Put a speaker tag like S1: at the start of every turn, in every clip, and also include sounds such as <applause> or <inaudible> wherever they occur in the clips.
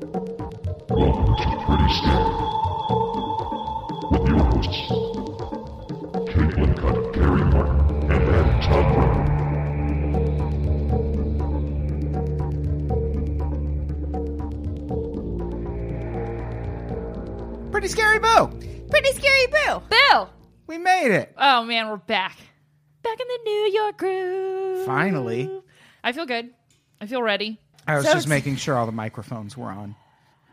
S1: Welcome to the Pretty Stand with your hosts, Caitlin Cutt, Gary Martin, and Adam Todd Brown.
S2: Pretty scary boo.
S3: Pretty scary boo.
S4: Boo!
S2: We made it.
S4: Oh man, we're back. Back in the New York groove.
S2: Finally.
S4: I feel good. I feel ready.
S2: I was
S3: So
S2: just
S3: it's-
S2: making sure all the microphones were on.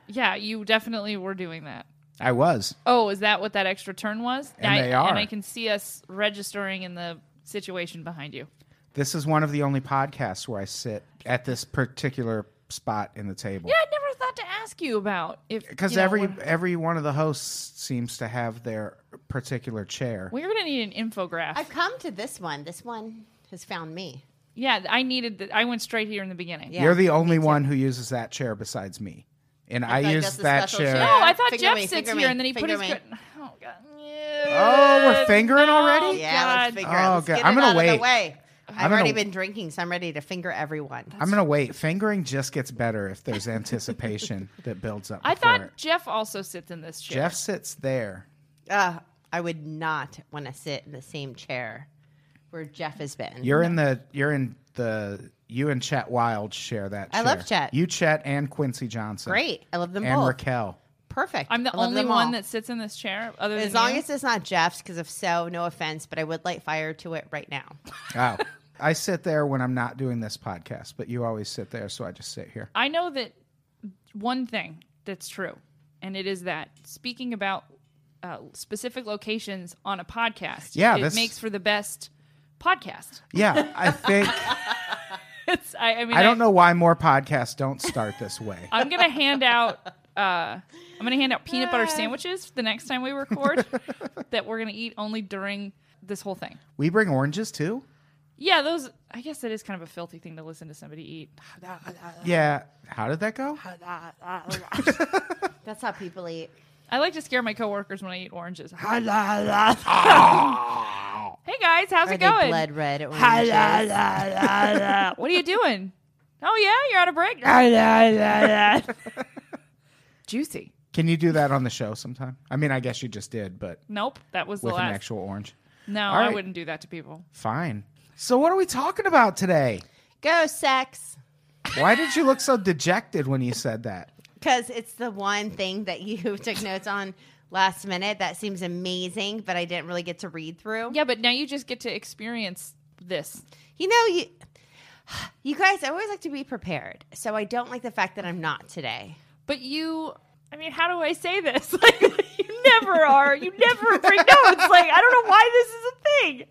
S4: Yeah, you definitely were doing that.
S2: I was.
S4: Oh, is that what that extra turn was?
S2: And
S4: I,
S2: they are.
S4: And I can see us registering in the situation behind you.
S2: This is one of the only podcasts where I sit at this particular spot in the table.
S4: Yeah, I never thought to ask you about if
S2: Because
S4: you know,
S2: every
S4: when-
S2: every one of the hosts seems to have their particular chair.
S4: we're gonna need an infographic.
S3: I've come to this one. This one has found me.
S4: yeah, I needed. The, I went straight here in the beginning.
S3: Yeah.
S2: You're the only one who uses that chair besides me, and I,
S3: feel like
S2: use
S3: that's a
S2: that
S3: special
S2: chair.
S3: chair.
S4: Oh, I thought
S3: Finger
S4: Jeff
S3: me,
S4: sits
S3: finger
S4: here,
S3: me,
S4: and then he put his.
S3: finger
S4: Good,
S3: me.
S4: oh god.
S2: Oh, we're fingering
S4: No,
S2: already?
S3: Yeah, let's
S4: God.
S3: figure it.
S2: Oh,
S3: Let's
S2: God.
S3: get
S2: I'm
S3: it
S2: gonna
S3: out of
S2: wait.
S3: the way. I've
S2: I'm
S3: already
S2: gonna-
S3: been drinking, so I'm ready to finger everyone.
S2: I'm gonna wait. Fingering just gets better if there's anticipation that builds up.
S4: I
S2: before
S4: thought
S2: it.
S4: Jeff also sits in this chair.
S2: Jeff sits there.
S3: Uh, I would not want to sit in the same chair where Jeff has been.
S2: You're in the you're in the you and Chet Wild share that.
S3: I
S2: chair.
S3: love Chet.
S2: You Chet and Quincy Johnson.
S3: great. I love them
S2: And
S3: both.
S2: Raquel.
S3: Perfect.
S4: I'm the
S3: I love
S4: only
S3: them all.
S4: one that sits in this chair. Other than
S3: As long
S4: you?
S3: as it's not Jeff's, because if so, no offense, but I would light fire to it right now.
S2: Oh. <laughs> I sit there when I'm not doing this podcast, but you always sit there, so I just sit here.
S4: I know that one thing that's true, and it is that speaking about uh, specific locations on a podcast,
S2: Yeah,
S4: it
S2: that's-
S4: makes for the best podcast. <laughs>
S2: Yeah, I think
S4: It's, I, I mean,
S2: I don't know why more podcasts don't start this way.
S4: I'm gonna hand
S2: <laughs>
S4: out. Uh, I'm gonna hand out peanut butter sandwiches the next time
S2: <laughs>
S4: we record that we're gonna eat only during this whole thing.
S2: We bring oranges too.
S4: Yeah, those. I guess that is kind of a filthy thing to listen to somebody eat.
S2: Yeah. How did that go?
S3: That's how people eat.
S4: I like to scare my coworkers when I eat
S2: <laughs>
S4: oranges. hey
S2: Ah.
S4: guys, how's
S3: Are
S4: it
S3: they
S4: going?
S3: blood red? oranges?
S4: What are you doing? oh yeah, you're on a
S2: <laughs>
S4: break. Juicy.
S2: Can you do that on the show sometime? I mean, I guess you just did, but
S4: Nope, that was
S2: with
S4: the
S2: an
S4: last.
S2: actual orange.
S4: no,
S2: All
S4: I
S2: right.
S4: wouldn't do that to people.
S2: Fine. So what are we talking about today?
S3: Go sex.
S2: Why did you look so dejected when you said that?
S3: Because it's the one thing that you <laughs> took notes on last minute that seems amazing, but I didn't really get to read through.
S4: Yeah, but now you just get to experience this.
S3: You know, you <sighs> you guys, I always like to be prepared. So I don't like the fact that I'm not today.
S4: But you, I mean, how do I say this? <laughs> Like, you never are. You
S2: <laughs>
S4: never bring notes. Like, I don't know why this is a thing.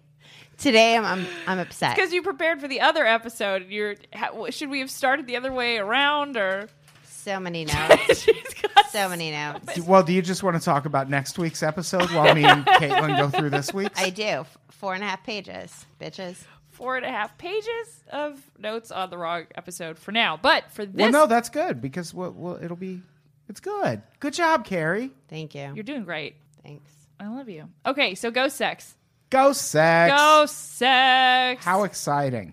S3: Today I'm I'm, I'm upset.
S4: Because you prepared for the other episode. You're. How, should we have started the other way around, or <laughs>
S3: So many notes.
S4: she's got
S3: so many notes.
S2: Do- Well, do you just want to talk about next week's episode while me and Caitlin go through this week's?
S3: I do. F- Four and a half pages, bitches.
S4: four and a half pages of notes on the wrong episode for now. But for this,
S2: Well, no, that's good because we'll, we'll, it'll be. It's good. Good job, Carrie.
S3: Thank you.
S4: you're doing great.
S3: Thanks.
S4: I love you. Okay, so ghost sex.
S2: Go sex.
S4: Ghost sex.
S2: How exciting.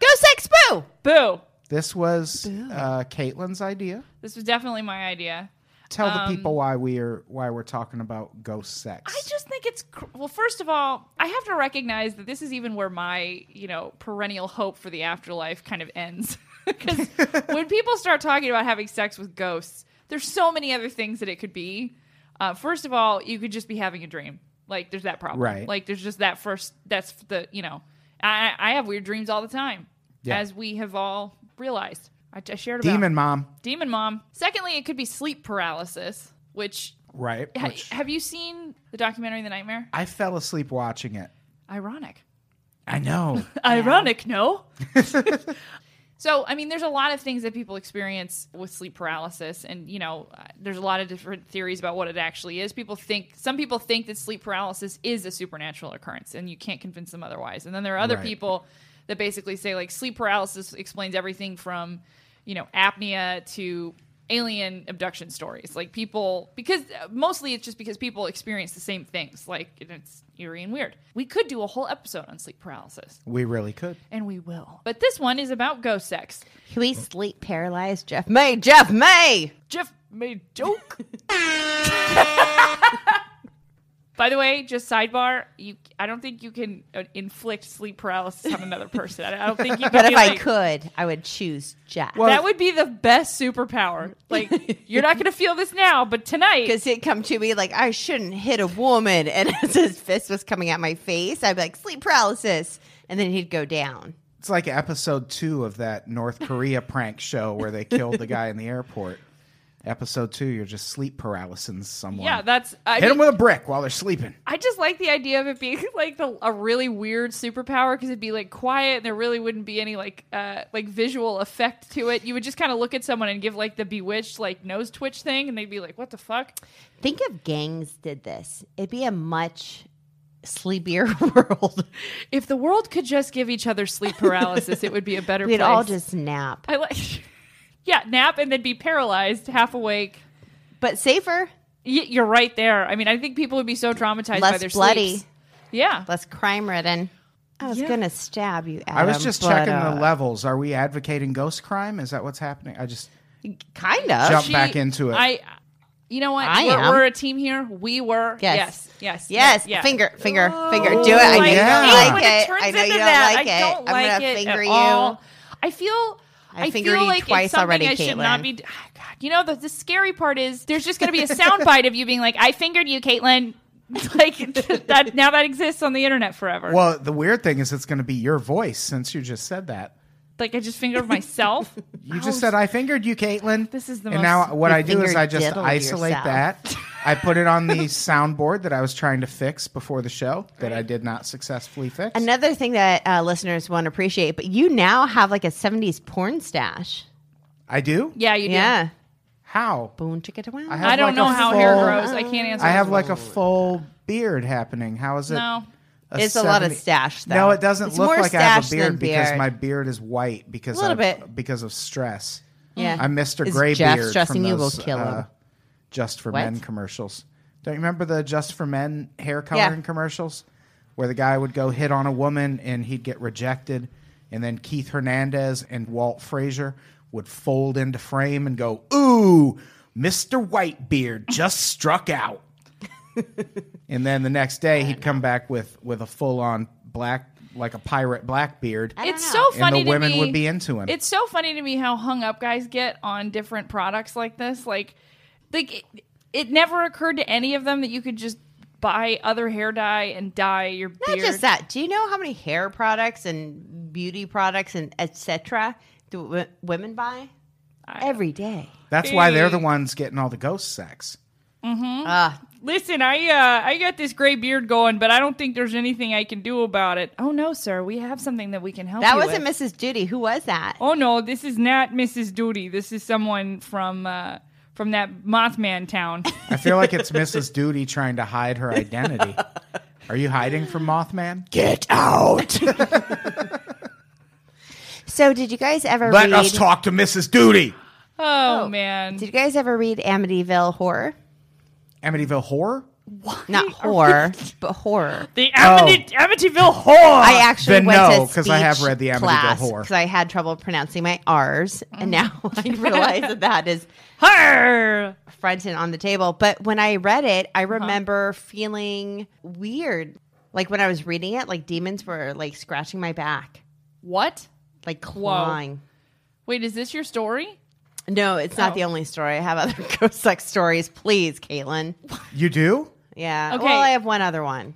S3: Go sex boo.
S4: Boo.
S2: This was uh, Caitlin's idea.
S4: This was definitely my idea.
S2: Tell the people why we are why we're talking about ghost sex.
S4: Um, I just think it's cr- well. First of all, I have to recognize that this is even where my you know perennial hope for the afterlife kind of ends <laughs>
S2: <laughs>
S4: because when people start talking about having sex with ghosts, there's so many other things that it could be. Uh, first of all, you could just be having a dream. Like there's that problem.
S2: Right.
S4: Like there's just that first. That's the you know. I I have weird dreams all the time,
S2: Yeah.
S4: as we have all realized. I, I shared about
S2: Demon mom,
S4: demon mom. Secondly, it could be sleep paralysis, which
S2: right?
S4: Ha-
S2: Which
S4: have you seen the documentary The Nightmare?
S2: I fell asleep watching it.
S4: Ironic.
S2: I know.
S4: <laughs> Ironic, no? so, I mean, there's a lot of things that people experience with sleep paralysis, and, you know, uh, there's a lot of different theories about what it actually is. People think, some people think that sleep paralysis is a supernatural occurrence, and you can't convince them otherwise. And then there are other
S2: Right.
S4: people that basically say, like, sleep paralysis explains everything from, you know, apnea to alien abduction stories like people because uh, mostly it's just because people experience the same things like and it's eerie and weird we could do a whole episode on sleep paralysis
S2: <laughs> we really could.
S4: and we will. But this one is about ghost sex.
S3: Can we sleep paralyzed Jeff May? Jeff May.
S4: Jeff made <laughs> joke. By the way, just sidebar, you I don't think you can uh, inflict sleep paralysis on another person. I don't think you can.
S3: But
S4: be
S3: if I
S4: like-
S3: could, I would choose Jeff.
S2: Well-
S4: that would be the best superpower. Like you're not going to feel this now, but
S3: <laughs>
S4: tonight
S3: because he'd come to me like I shouldn't hit a woman, <laughs> and as his fist was coming at my face, I'd be like sleep paralysis, and then he'd go down.
S2: It's like episode two of that North Korea
S4: <laughs>
S2: prank show where they killed the guy in the airport. Episode two, you're just sleep paralyzing someone.
S4: yeah, that's I
S2: Hit them
S4: mean,
S2: with a brick while they're sleeping.
S4: I just like the idea of it being <laughs> like the, a really weird superpower because it'd be like quiet and there really wouldn't be any like uh, like visual effect to it. You would just kind of look at someone and give like the bewitched like nose twitch thing, and they'd be like, "What the fuck?"
S3: Think if gangs did this, it'd be a much sleepier <laughs> world.
S4: If the world could just give each other
S3: <laughs>
S4: sleep paralysis, it would be a better.
S3: We'd
S4: place.
S3: all just nap,
S4: I like, <laughs> yeah, nap and then be paralyzed, half awake.
S3: but safer,
S4: Y- you're right there. I mean, I think people would be so traumatized by their
S3: less bloody,
S4: sleeps. Yeah,
S3: less crime ridden. I was
S4: Yeah.
S3: gonna stab you. Adam,
S2: I was just
S3: but,
S2: checking
S3: uh,
S2: the levels. Are we advocating ghost crime? Is that what's happening? I just
S3: Kind of.
S2: Jump back into it.
S4: I. You know what?
S3: I
S4: we're,
S3: am.
S4: we're a team here. We were.
S3: Yes.
S4: Yes. Yes.
S3: Yes,
S4: yeah.
S3: finger, finger, finger. Do it. I know
S2: my
S3: you
S2: God.
S3: don't like
S4: When it
S3: it.
S4: turns
S3: I know you
S4: into
S3: don't
S4: that,
S3: like
S4: I
S3: it.
S4: don't like
S3: I'm gonna
S4: it
S3: finger
S4: at
S3: you.
S4: all. I feel.
S3: I
S4: I
S3: fingered
S4: feel
S3: you
S4: like it's
S3: twice
S4: something
S3: already,
S4: I should not
S3: Caitlin.
S4: be. <sighs> ah, God, you know the, the scary part is there's just going to be a soundbite of you being like, "I fingered you, Caitlin." <laughs> like that now that exists on the internet forever.
S2: well, the weird thing is it's going to be your voice since you just said that.
S4: Like I just fingered myself.
S2: You just
S3: Oh,
S2: said I fingered you, Caitlin.
S4: This is the
S2: and
S4: most-
S2: now what
S3: You
S2: I do is
S3: fingered
S2: I just
S3: diddled
S2: isolate
S3: yourself.
S2: that.
S3: <laughs>
S2: I put it on the soundboard that I was trying to fix before the show that I did not successfully fix.
S3: Another thing that uh, listeners won't appreciate, but you now have like a 70s porn stash.
S2: I do.
S4: Yeah, you did.
S3: Yeah.
S2: How?
S3: Boom, chicka, wow.
S2: have
S4: I don't
S2: like
S4: know
S2: a
S4: how hair
S2: full-
S4: grows. I can't answer.
S2: I
S4: this
S2: have
S4: one.
S2: like a full beard happening. How is it?
S4: no.
S3: It's a lot of
S2: 70
S3: stash, though.
S2: No, it doesn't
S3: It's
S2: look
S3: more
S2: like I have a
S3: stash than
S2: beard, because
S3: beard.
S2: my beard is white because
S3: Little
S2: of,
S3: bit.
S2: because of stress.
S3: Yeah.
S2: I'm Mr.
S3: Is
S2: Greybeard
S3: Jeff
S2: from
S3: stressing you will
S2: those,
S3: kill him.
S2: uh, Just for
S3: What?
S2: Men commercials. Don't you remember the Just for Men hair
S3: Yeah.
S2: coloring commercials where the guy would go hit on a woman and he'd get rejected, and then Keith Hernandez and Walt Frazier would fold into frame and go, "Ooh, Mr. Whitebeard just struck
S3: <laughs>
S2: out." and then the next day he'd come back with with a full on black like a pirate black beard.
S3: I don't
S4: It's
S3: know.
S4: so
S2: And
S4: funny.
S2: the women
S4: to me,
S2: would be into him.
S4: It's so funny to me how hung up guys get on different products like this. Like, like it, it never occurred to any of them that you could just buy other hair dye and dye your
S3: Not
S4: beard.
S3: just that. Do you know how many hair products and beauty products and etc. do w- women buy every day?
S2: That's why they're the
S5: Eh.
S4: Hey.
S2: ones getting all the ghost sex. Hmm?
S3: Ah,
S4: Listen, I uh, I got this gray beard going, but I don't think there's anything I can do about it. Oh no, sir, we have something that we can help.
S3: that
S4: you
S3: wasn't
S4: with.
S3: Mrs. Judy. Who was that?
S4: Oh no, this is not Mrs. Duty. This is someone from uh, from that Mothman <laughs> town.
S2: I feel
S5: <laughs>
S2: like it's Mrs. Duty trying to hide
S3: <laughs>
S2: her identity. Are you hiding from Mothman?
S3: Get out. So, did you guys
S5: <laughs>
S3: ever
S5: Let
S3: read?
S5: us talk to Mrs. Duty.
S4: Oh, man.
S3: Did you guys ever read Amityville Horror?
S5: Amityville Horror?
S3: Not <laughs> horror, but horror.
S4: the Amity- Amityville Horror.
S3: I actually
S5: Uh, then
S3: went
S5: no,
S3: to
S5: 'cause I have read the Amityville Horror.
S3: because I had trouble pronouncing my R's,
S5: Mm.
S3: and now <laughs> I realize that that
S5: <laughs>
S3: is
S4: Horror.
S3: front and on the table. But when I read it, I
S5: Uh-huh.
S3: remember feeling weird, like when I was reading it, like demons were like scratching my back,
S4: What?
S3: like clawing.
S4: Wait, is this your story?
S3: No, it's
S5: Oh.
S3: not the only story. I have <laughs> other ghost sex stories. Please, Caitlin.
S5: You do?
S3: Yeah.
S4: Okay.
S3: Well, I have one other one.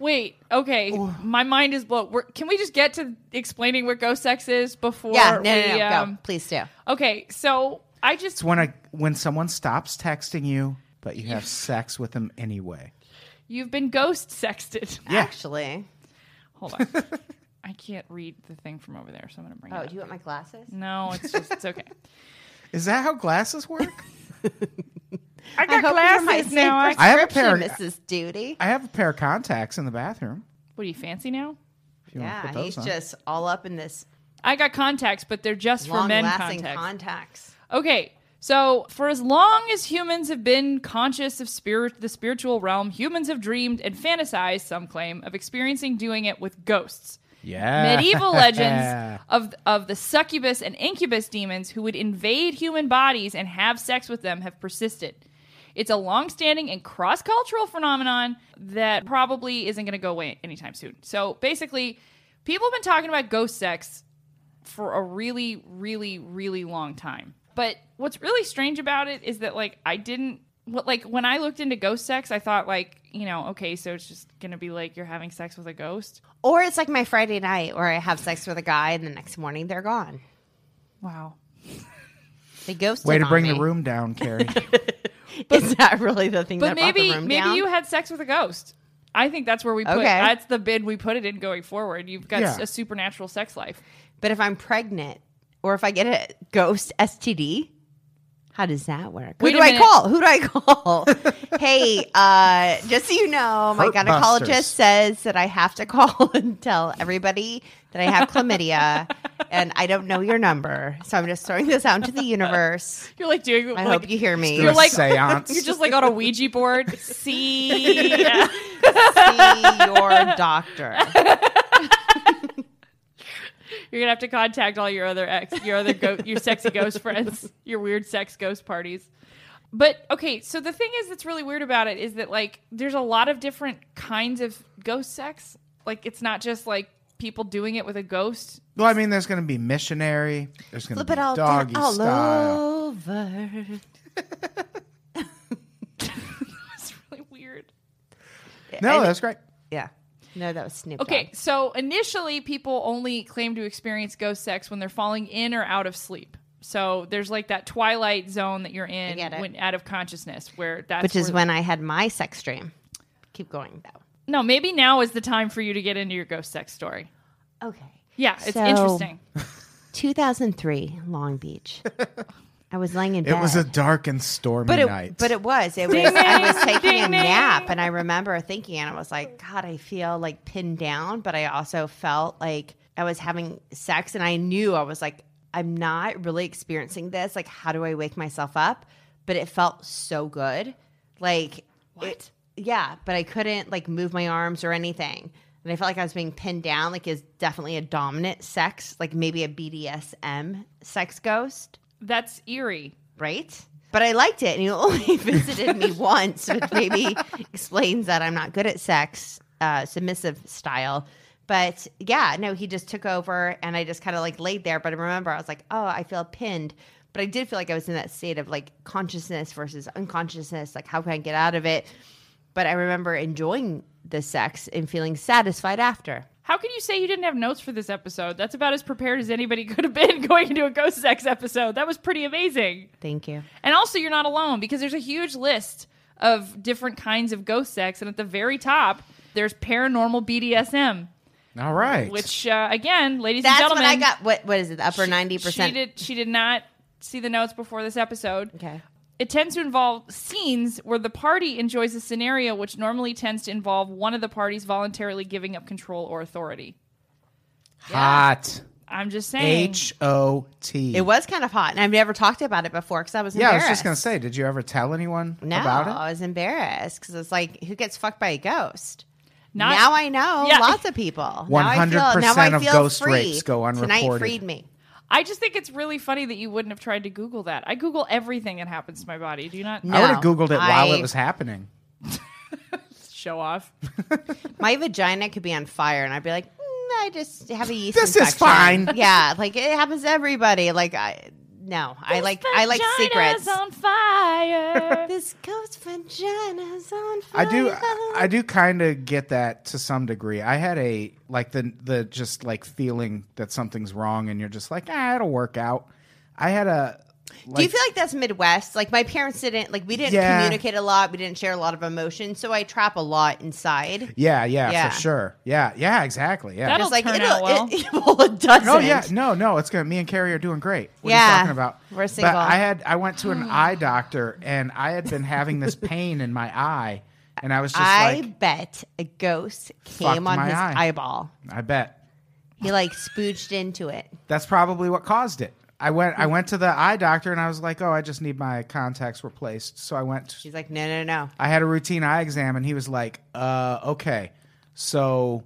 S4: Wait, okay. My mind is blown. We're, can we just get to explaining what ghost sex is before
S3: yeah. No, no,
S4: we,
S3: no.
S4: um,
S3: go. Please do.
S4: Okay, so I just
S5: It's when I when someone stops texting you, but you have sex with them anyway.
S4: you've been ghost sexted. <laughs>
S5: Yeah.
S3: Actually.
S4: Hold
S3: <laughs>
S4: on. I can't read the thing from over there, so I'm gonna bring it.
S3: Oh,
S4: up.
S3: do you want my glasses?
S4: No, it's just it's
S3: <laughs>
S4: okay.
S5: Is that how glasses work?
S4: I got
S3: hope you're my
S4: glasses now. I,
S3: same
S5: I have a pair.
S3: prescription, Mrs. Duty.
S5: I have a pair of contacts in the bathroom.
S4: what do you fancy now?
S5: If you want to
S3: Yeah,
S5: put those
S3: he's
S5: on.
S3: just all up in this
S4: I got contacts, but they're just for men
S3: long-lasting
S4: contacts.
S3: contacts.
S4: Okay, so for as long as humans have been conscious of spirit, the spiritual realm, humans have dreamed and fantasized, some claim, of experiencing doing it with ghosts.
S5: yeah. <laughs>
S2: <laughs>
S4: Medieval legends of of the succubus and incubus demons who would invade human bodies and have sex with them have persisted. It's a long-standing and cross-cultural phenomenon that probably isn't going to go away anytime soon. So basically, people have been talking about ghost sex for a really, really, really long time. But what's really strange about it is that like I didn't what like when I looked into ghost sex, I thought like, you know, okay, so it's just gonna be like you're having sex with a ghost.
S3: Or it's like my Friday night where I have sex with a guy and the next morning they're gone.
S4: Wow.
S3: They ghosted
S5: Way to
S3: on
S5: bring
S3: me.
S5: the room down,
S4: <laughs>
S5: Carrie.
S3: <laughs> Is that really the thing
S4: But
S3: that brought the
S4: maybe
S3: room
S4: maybe
S3: down?
S4: you had sex with a ghost. I think that's where we put
S3: Okay.
S4: that's the bid we put it in going forward. You've got
S5: Yeah.
S4: a supernatural sex life.
S3: But if I'm pregnant or if I get a ghost STD, how does that work?
S4: Wait
S3: Who
S4: a
S3: do I
S4: minute.
S3: call? Who do
S4: <laughs>
S3: I call? hey, uh, just so you know, my
S5: Hurt
S3: gynecologist
S5: busters.
S3: says that I have to <laughs> call and tell everybody that I have chlamydia and I don't know your number. So I'm just throwing this out to the universe.
S4: You're like doing
S3: I
S4: like,
S3: hope you hear me.
S5: You're
S4: You're
S5: like
S4: like-
S5: seance.
S4: <laughs> you're just like on a Ouija board. <laughs> See
S3: <laughs> See your doctor.
S4: <laughs> You're gonna have to contact all your other ex, your other go- your sexy ghost friends, <laughs> your weird sex ghost parties. But okay, so the thing is that's really weird about it is that like there's a lot of different kinds of ghost sex. Like it's not just like people doing it with a ghost. <laughs>
S5: well, I mean, there's going to be missionary. There's going to
S3: Flip
S5: be
S3: it all, Oh,
S5: doggy
S3: down, all
S5: style.
S3: over.
S4: It's really weird.
S5: No,
S3: And-
S5: that's great.
S3: Yeah. No, that was Snoop.
S4: Okay,
S3: Dogg.
S4: so initially people only claim to experience ghost sex when they're falling in or out of sleep. So there's like that twilight zone that you're in
S3: get it.
S4: when out of consciousness where that's
S3: Which
S4: where-
S3: is when I had my sex dream. Keep going, though.
S4: No, maybe now is the time for you to get into your ghost sex story.
S3: Okay.
S4: Yeah, it's
S3: So-
S4: interesting.
S3: 2003, Long Beach. I was laying in
S5: It
S3: bed.
S5: was a dark and stormy
S3: but it,
S5: night.
S3: but it was. It was. I was taking a
S4: ding, ding.
S3: nap, and I remember thinking, and I was like, God, I feel like pinned down, but I also felt like I was having sex, and I knew I was like, I'm not really experiencing this. Like, how do I wake myself up? But it felt so good. Like, what? yeah, but I couldn't like move my arms or anything. And I felt like I was being pinned down. Like, is definitely a dominant sex, like maybe a BDSM sex ghost
S4: That's eerie.
S3: right? But I liked it, and you <laughs> only
S4: <laughs>
S3: visited me once, which maybe explains that I'm not good at sex, uh, submissive style. But yeah, no, he just took over, and I just kind of like laid there. But I remember I was like, oh, I feel pinned. But I did feel like I was in that state of like consciousness versus unconsciousness. Like, how can I get out of it? But I remember enjoying the sex and feeling satisfied after.
S4: How can you say you didn't have notes for this episode? That's about as prepared as anybody <laughs> could have been going into a ghost sex episode. That was pretty amazing.
S3: Thank you.
S4: And also, you're not alone because there's a huge list of different kinds of ghost sex, and at the very top, there's paranormal BDSM,
S5: all right.
S4: which uh, again, ladies
S3: That's
S4: and
S3: what
S4: gentlemen,
S3: I got. What what is it? The upper ninety
S4: she
S3: percent.
S4: did. She did not see the notes before this episode.
S3: Okay.
S4: It tends to involve scenes where the party enjoys a scenario which normally tends to involve one of the parties voluntarily giving up control or authority.
S5: Hot.
S4: I'm just saying.
S2: H O T.
S3: It was kind of hot, and I've never talked about it before because I was
S2: Yeah, I
S3: embarrassed.
S2: was just gonna say. Did you ever tell anyone
S3: No,
S2: about
S3: I was embarrassed because it's like, who gets fucked by a ghost?
S4: Not-
S3: now I know
S4: <laughs> Yeah.
S3: lots of people. Now I feel-
S2: 100%
S3: now I
S2: of
S3: feel
S2: ghost
S3: free.
S2: rapes go
S3: Tonight
S2: unreported.
S3: freed me.
S4: I just think it's really funny that you wouldn't have tried to Google that. I Google everything that happens to my body. Do you not
S2: it? I would have
S3: No,
S2: googled it while
S3: I-
S2: it was happening.
S4: show off?
S3: <laughs> My vagina could be on fire, and I'd be like, "Mm, I just have a yeast.
S2: This is
S3: infection."
S2: fine.
S3: <laughs> Yeah, like it happens to everybody. Like I, no, I like I like
S4: Vagina's
S3: secrets.
S4: on
S3: <laughs>
S4: fire.
S3: this ghost vagina's on fire.
S2: I do, I do kind of get that to some degree. I had a like the the just like feeling that something's wrong, and you're just like, ah, it'll work out. I had a. Like,
S3: Do you feel like that's Midwest? Like my parents didn't like we didn't
S2: Yeah.
S3: communicate a lot, we didn't share a lot of emotion, so I trap a lot inside.
S2: Yeah, yeah,
S3: Yeah.
S2: for sure. Yeah, yeah, exactly. Yeah.
S4: That'll
S3: Just like
S4: turn
S3: it'll,
S4: out well.
S3: It, <laughs> well, it doesn't.
S2: No, Oh, yeah, no, no. It's gonna. Me and Carrie are doing great. What are
S3: Yeah,
S2: you talking about?
S3: we're single.
S2: But I had. I went
S3: <sighs>
S2: to an eye doctor, and I had been having this pain in my eye, and I was just
S3: I
S2: like,
S3: bet a ghost
S2: Fucked
S3: came on
S2: my
S3: his
S2: eye.
S3: eyeball.
S2: I bet
S3: He like spooched into it.
S2: that's probably what caused it. I went. I went to the eye doctor, and I was like, oh, I just need my contacts replaced. So I went.
S3: She's like, no, no, no.
S2: I had a routine eye exam, and he was like, uh, okay, so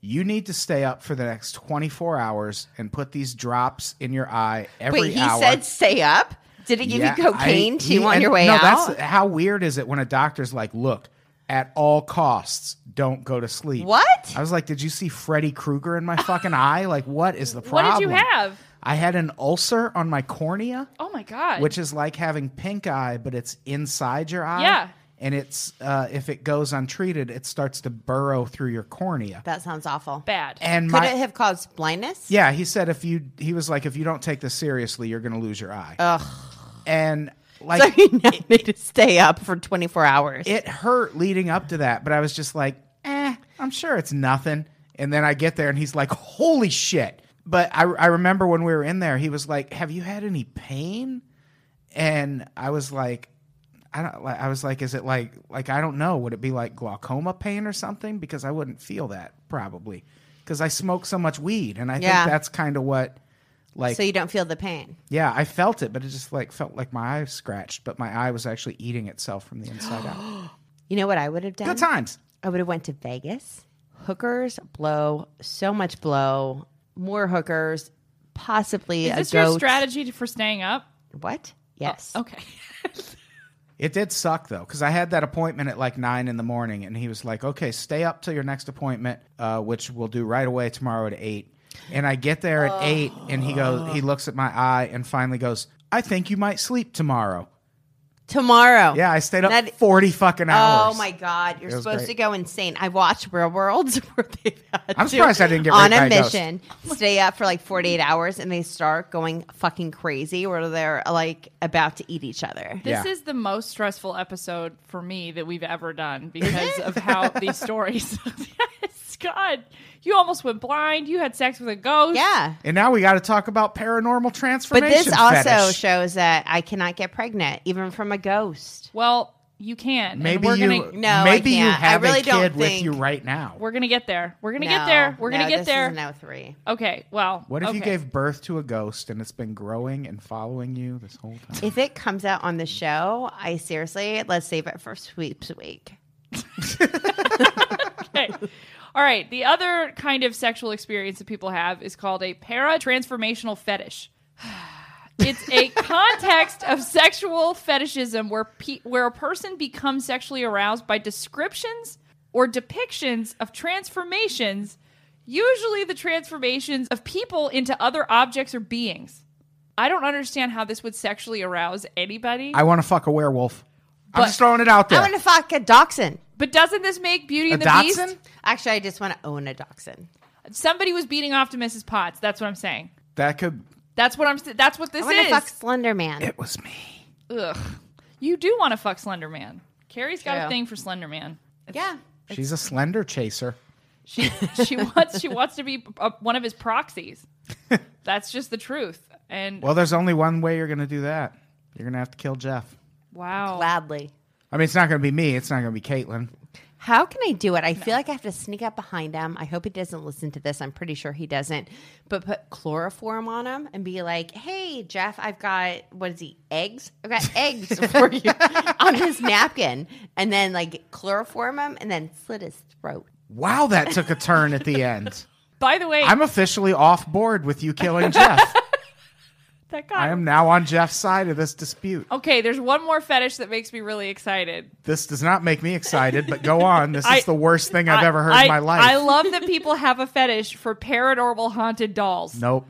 S2: you need to stay up for the next 24 hours and put these drops in your eye every
S3: Wait, he
S2: hour.
S3: said stay up. Did it give
S2: Yeah,
S3: you cocaine
S2: I-
S3: too
S2: he-
S3: on
S2: and-
S3: your way
S2: no,
S3: out?
S2: That's, how weird is it when a doctor's like, "Look, at all costs, don't go to sleep."
S3: What?
S2: I was like, "Did you see Freddy Krueger
S3: <laughs>
S2: in my fucking eye? Like, what is the
S4: What
S2: problem?"
S4: did you have?
S2: I had an ulcer on my cornea,
S4: Oh my god.
S2: which is like having pink eye, but it's inside your eye.
S4: Yeah.
S2: And it's uh, if it goes untreated, it starts to burrow through your cornea.
S3: that sounds awful.
S4: bad.
S2: And
S3: Could
S2: my
S3: it have caused blindness?
S2: yeah, he said if you he was like if you don't take this seriously, you're gonna lose your eye.
S3: Ugh.
S2: And like
S3: Oh. <laughs> So you now need to stay up for 24 hours.
S2: it hurt leading up to that, but I was just like, eh, I'm sure it's nothing. And then I get there and he's like, holy shit. But I, I remember when we were in there, he was like, have you had any pain? And I was like, I don't like, I was like, is it like, like, I don't know. Would it be like glaucoma pain or something? Because I wouldn't feel that probably because I smoke so much weed. And I
S3: Yeah.
S2: think that's kind of what, like,
S3: so you don't feel the pain.
S2: yeah, I felt it, but it just like felt like my eye scratched, but my eye was actually eating itself from the inside
S3: <gasps>
S2: out.
S3: You know what I would have done?
S2: Good times.
S3: I would have went to Vegas. Hookers blow so much blow, more hookers, possibly
S4: is
S3: a
S4: this your
S3: goat. Oh,
S4: strategy for staying up?
S3: What? Yes.
S4: Okay.
S2: It did suck though, because I had that appointment at like nine in the morning, and he was like, "Okay, stay up till your next appointment, uh, which we'll do right away tomorrow at 8. And I get there at eight, and he goes, he looks at my eye, and finally goes, "I think you might sleep tomorrow."
S3: Tomorrow.
S2: Yeah, I stayed up
S3: That-
S2: forty fucking
S3: Oh
S2: hours.
S3: my God! You're
S2: It was
S3: supposed to
S2: great.
S3: go insane. I watched Real Worlds <laughs> where they had
S2: I'm
S3: to,
S2: surprised I didn't get
S3: on
S2: raped by
S3: a
S2: a ghost.
S3: mission, stay up for like 48 hours, and they start going fucking crazy where they're like about to eat each other.
S4: <laughs> This
S2: Yeah.
S4: is the most stressful episode for me that we've ever done because of
S3: <laughs>
S4: how these stories. <laughs> yes, God, you almost went blind. You had sex with a ghost.
S3: Yeah.
S2: And now we got to talk about paranormal
S3: But
S2: transformation.
S3: this also
S2: fetish.
S3: shows that I cannot get pregnant, even from a ghost.
S4: Well, you can. and
S2: maybe
S4: we're
S2: you
S4: gonna
S3: No, I
S2: maybe you
S3: can't. I
S2: have
S3: really
S2: a
S3: don't
S2: kid with
S3: think-
S2: you right now.
S4: we're gonna get there. We're gonna get
S3: No,
S4: there. We're
S3: no,
S4: gonna get
S3: this
S4: there.
S3: Is no three.
S4: okay. Well,
S2: What if you
S4: okay.
S2: gave birth to a ghost and it's been growing and following you this whole time?
S3: If it comes out on the show, I seriously let's save it for sweeps week.
S4: Okay. All right. The other kind of sexual experience that people have is called a para transformational fetish. <sighs> It's a context of sexual fetishism where pe- where a person becomes sexually aroused by descriptions or depictions of transformations, usually the transformations of people into other objects or beings. I don't understand how this would sexually arouse anybody.
S2: I want to fuck a werewolf. I'm
S4: But-
S2: just throwing it out there.
S3: I want to fuck a dachshund.
S4: but doesn't this make Beauty
S2: a
S4: and the
S2: dachshund?
S4: Beast?
S3: Actually, I just want to own a dachshund.
S4: Somebody was beating off to Mrs. Potts. That's what I'm saying.
S2: That could.
S4: That's what I'm. s- That's what this
S3: I want to
S4: is.
S3: fuck Slender Man.
S2: It was me.
S4: Ugh. You do want to fuck Slender Man. Carrie's got a
S3: True.
S4: thing for Slender Man.
S3: Yeah.
S2: She's a slender chaser.
S3: <laughs>
S4: She she wants she wants to be uh one of his proxies. That's just the truth. And
S2: Well, there's only one way you're going to do that. You're going to have to kill Jeff.
S4: wow,
S3: Gladly.
S2: I mean, it's not going to be me. It's not going to be Caitlin.
S3: How can I do it? I feel like I have to sneak up behind him. I hope he doesn't listen to this. I'm pretty sure he doesn't. But put chloroform on him and be like, "Hey, Jeff, I've got what is he? Eggs?
S4: <laughs>
S3: I've got eggs for you <laughs> on his napkin." And then like chloroform him and then slit his throat.
S2: Wow, that took a turn at
S4: <laughs>
S2: the end.
S4: By the way,
S2: I'm officially off board with you killing Jeff.
S4: that
S2: I
S4: guy.
S2: am now on Jeff's side of this dispute.
S4: okay, there's one more fetish that makes me really excited.
S2: This does not make me excited, but go on. This
S4: I-
S2: is the worst thing I've
S4: I-
S2: ever heard
S4: I-
S2: in my life.
S4: I love that people have a fetish for paranormal haunted dolls.
S2: nope.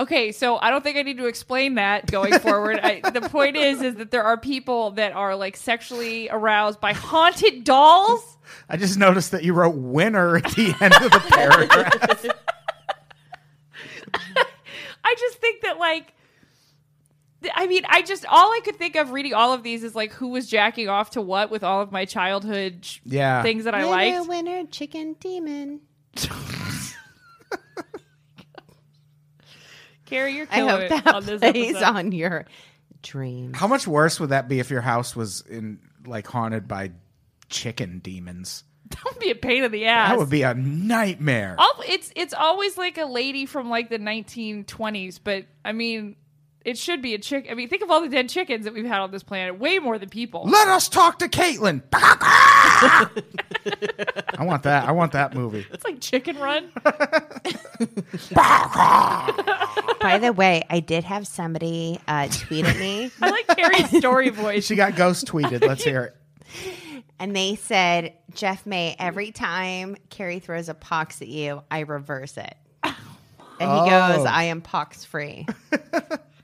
S4: Okay, so I don't think I need to explain
S2: <laughs>
S4: that going forward. I, the point is, is that there are people that are like sexually aroused by haunted dolls.
S2: I just noticed that you wrote winner at the end of
S4: <laughs>
S2: the paragraph.
S4: I just think that like. th- I mean, I just all I could think of reading all of these is like who was jacking off to what with all of my childhood sh-
S2: Yeah.
S4: things that I
S3: winner,
S4: liked.
S3: winner, chicken demon.
S4: Carrie, you're
S3: I
S4: killing
S3: hope
S4: it
S3: that
S4: on this
S3: plays
S4: episode.
S3: on your dream.
S2: How much worse would that be if your house was in like haunted by chicken demons?
S4: That would be a pain in the ass.
S2: That would be a nightmare.
S4: Al- it's it's always like a lady from like the 1920s, but I mean, it should be a chick. I mean, think of all the dead chickens that we've had on this planet, way more than people.
S2: Let us talk to Caitlin. <laughs> I want that. I want that movie.
S4: It's like Chicken Run.
S3: <laughs> By the way, I did have somebody uh, tweet at
S4: <laughs>
S3: me.
S2: <laughs>
S4: I like Carrie's story voice.
S2: She got ghost tweeted. Let's hear it.
S3: And they said, Jeff May, every time Carrie throws a pox at you, I reverse it. And he
S2: Oh.
S3: goes, I am pox free.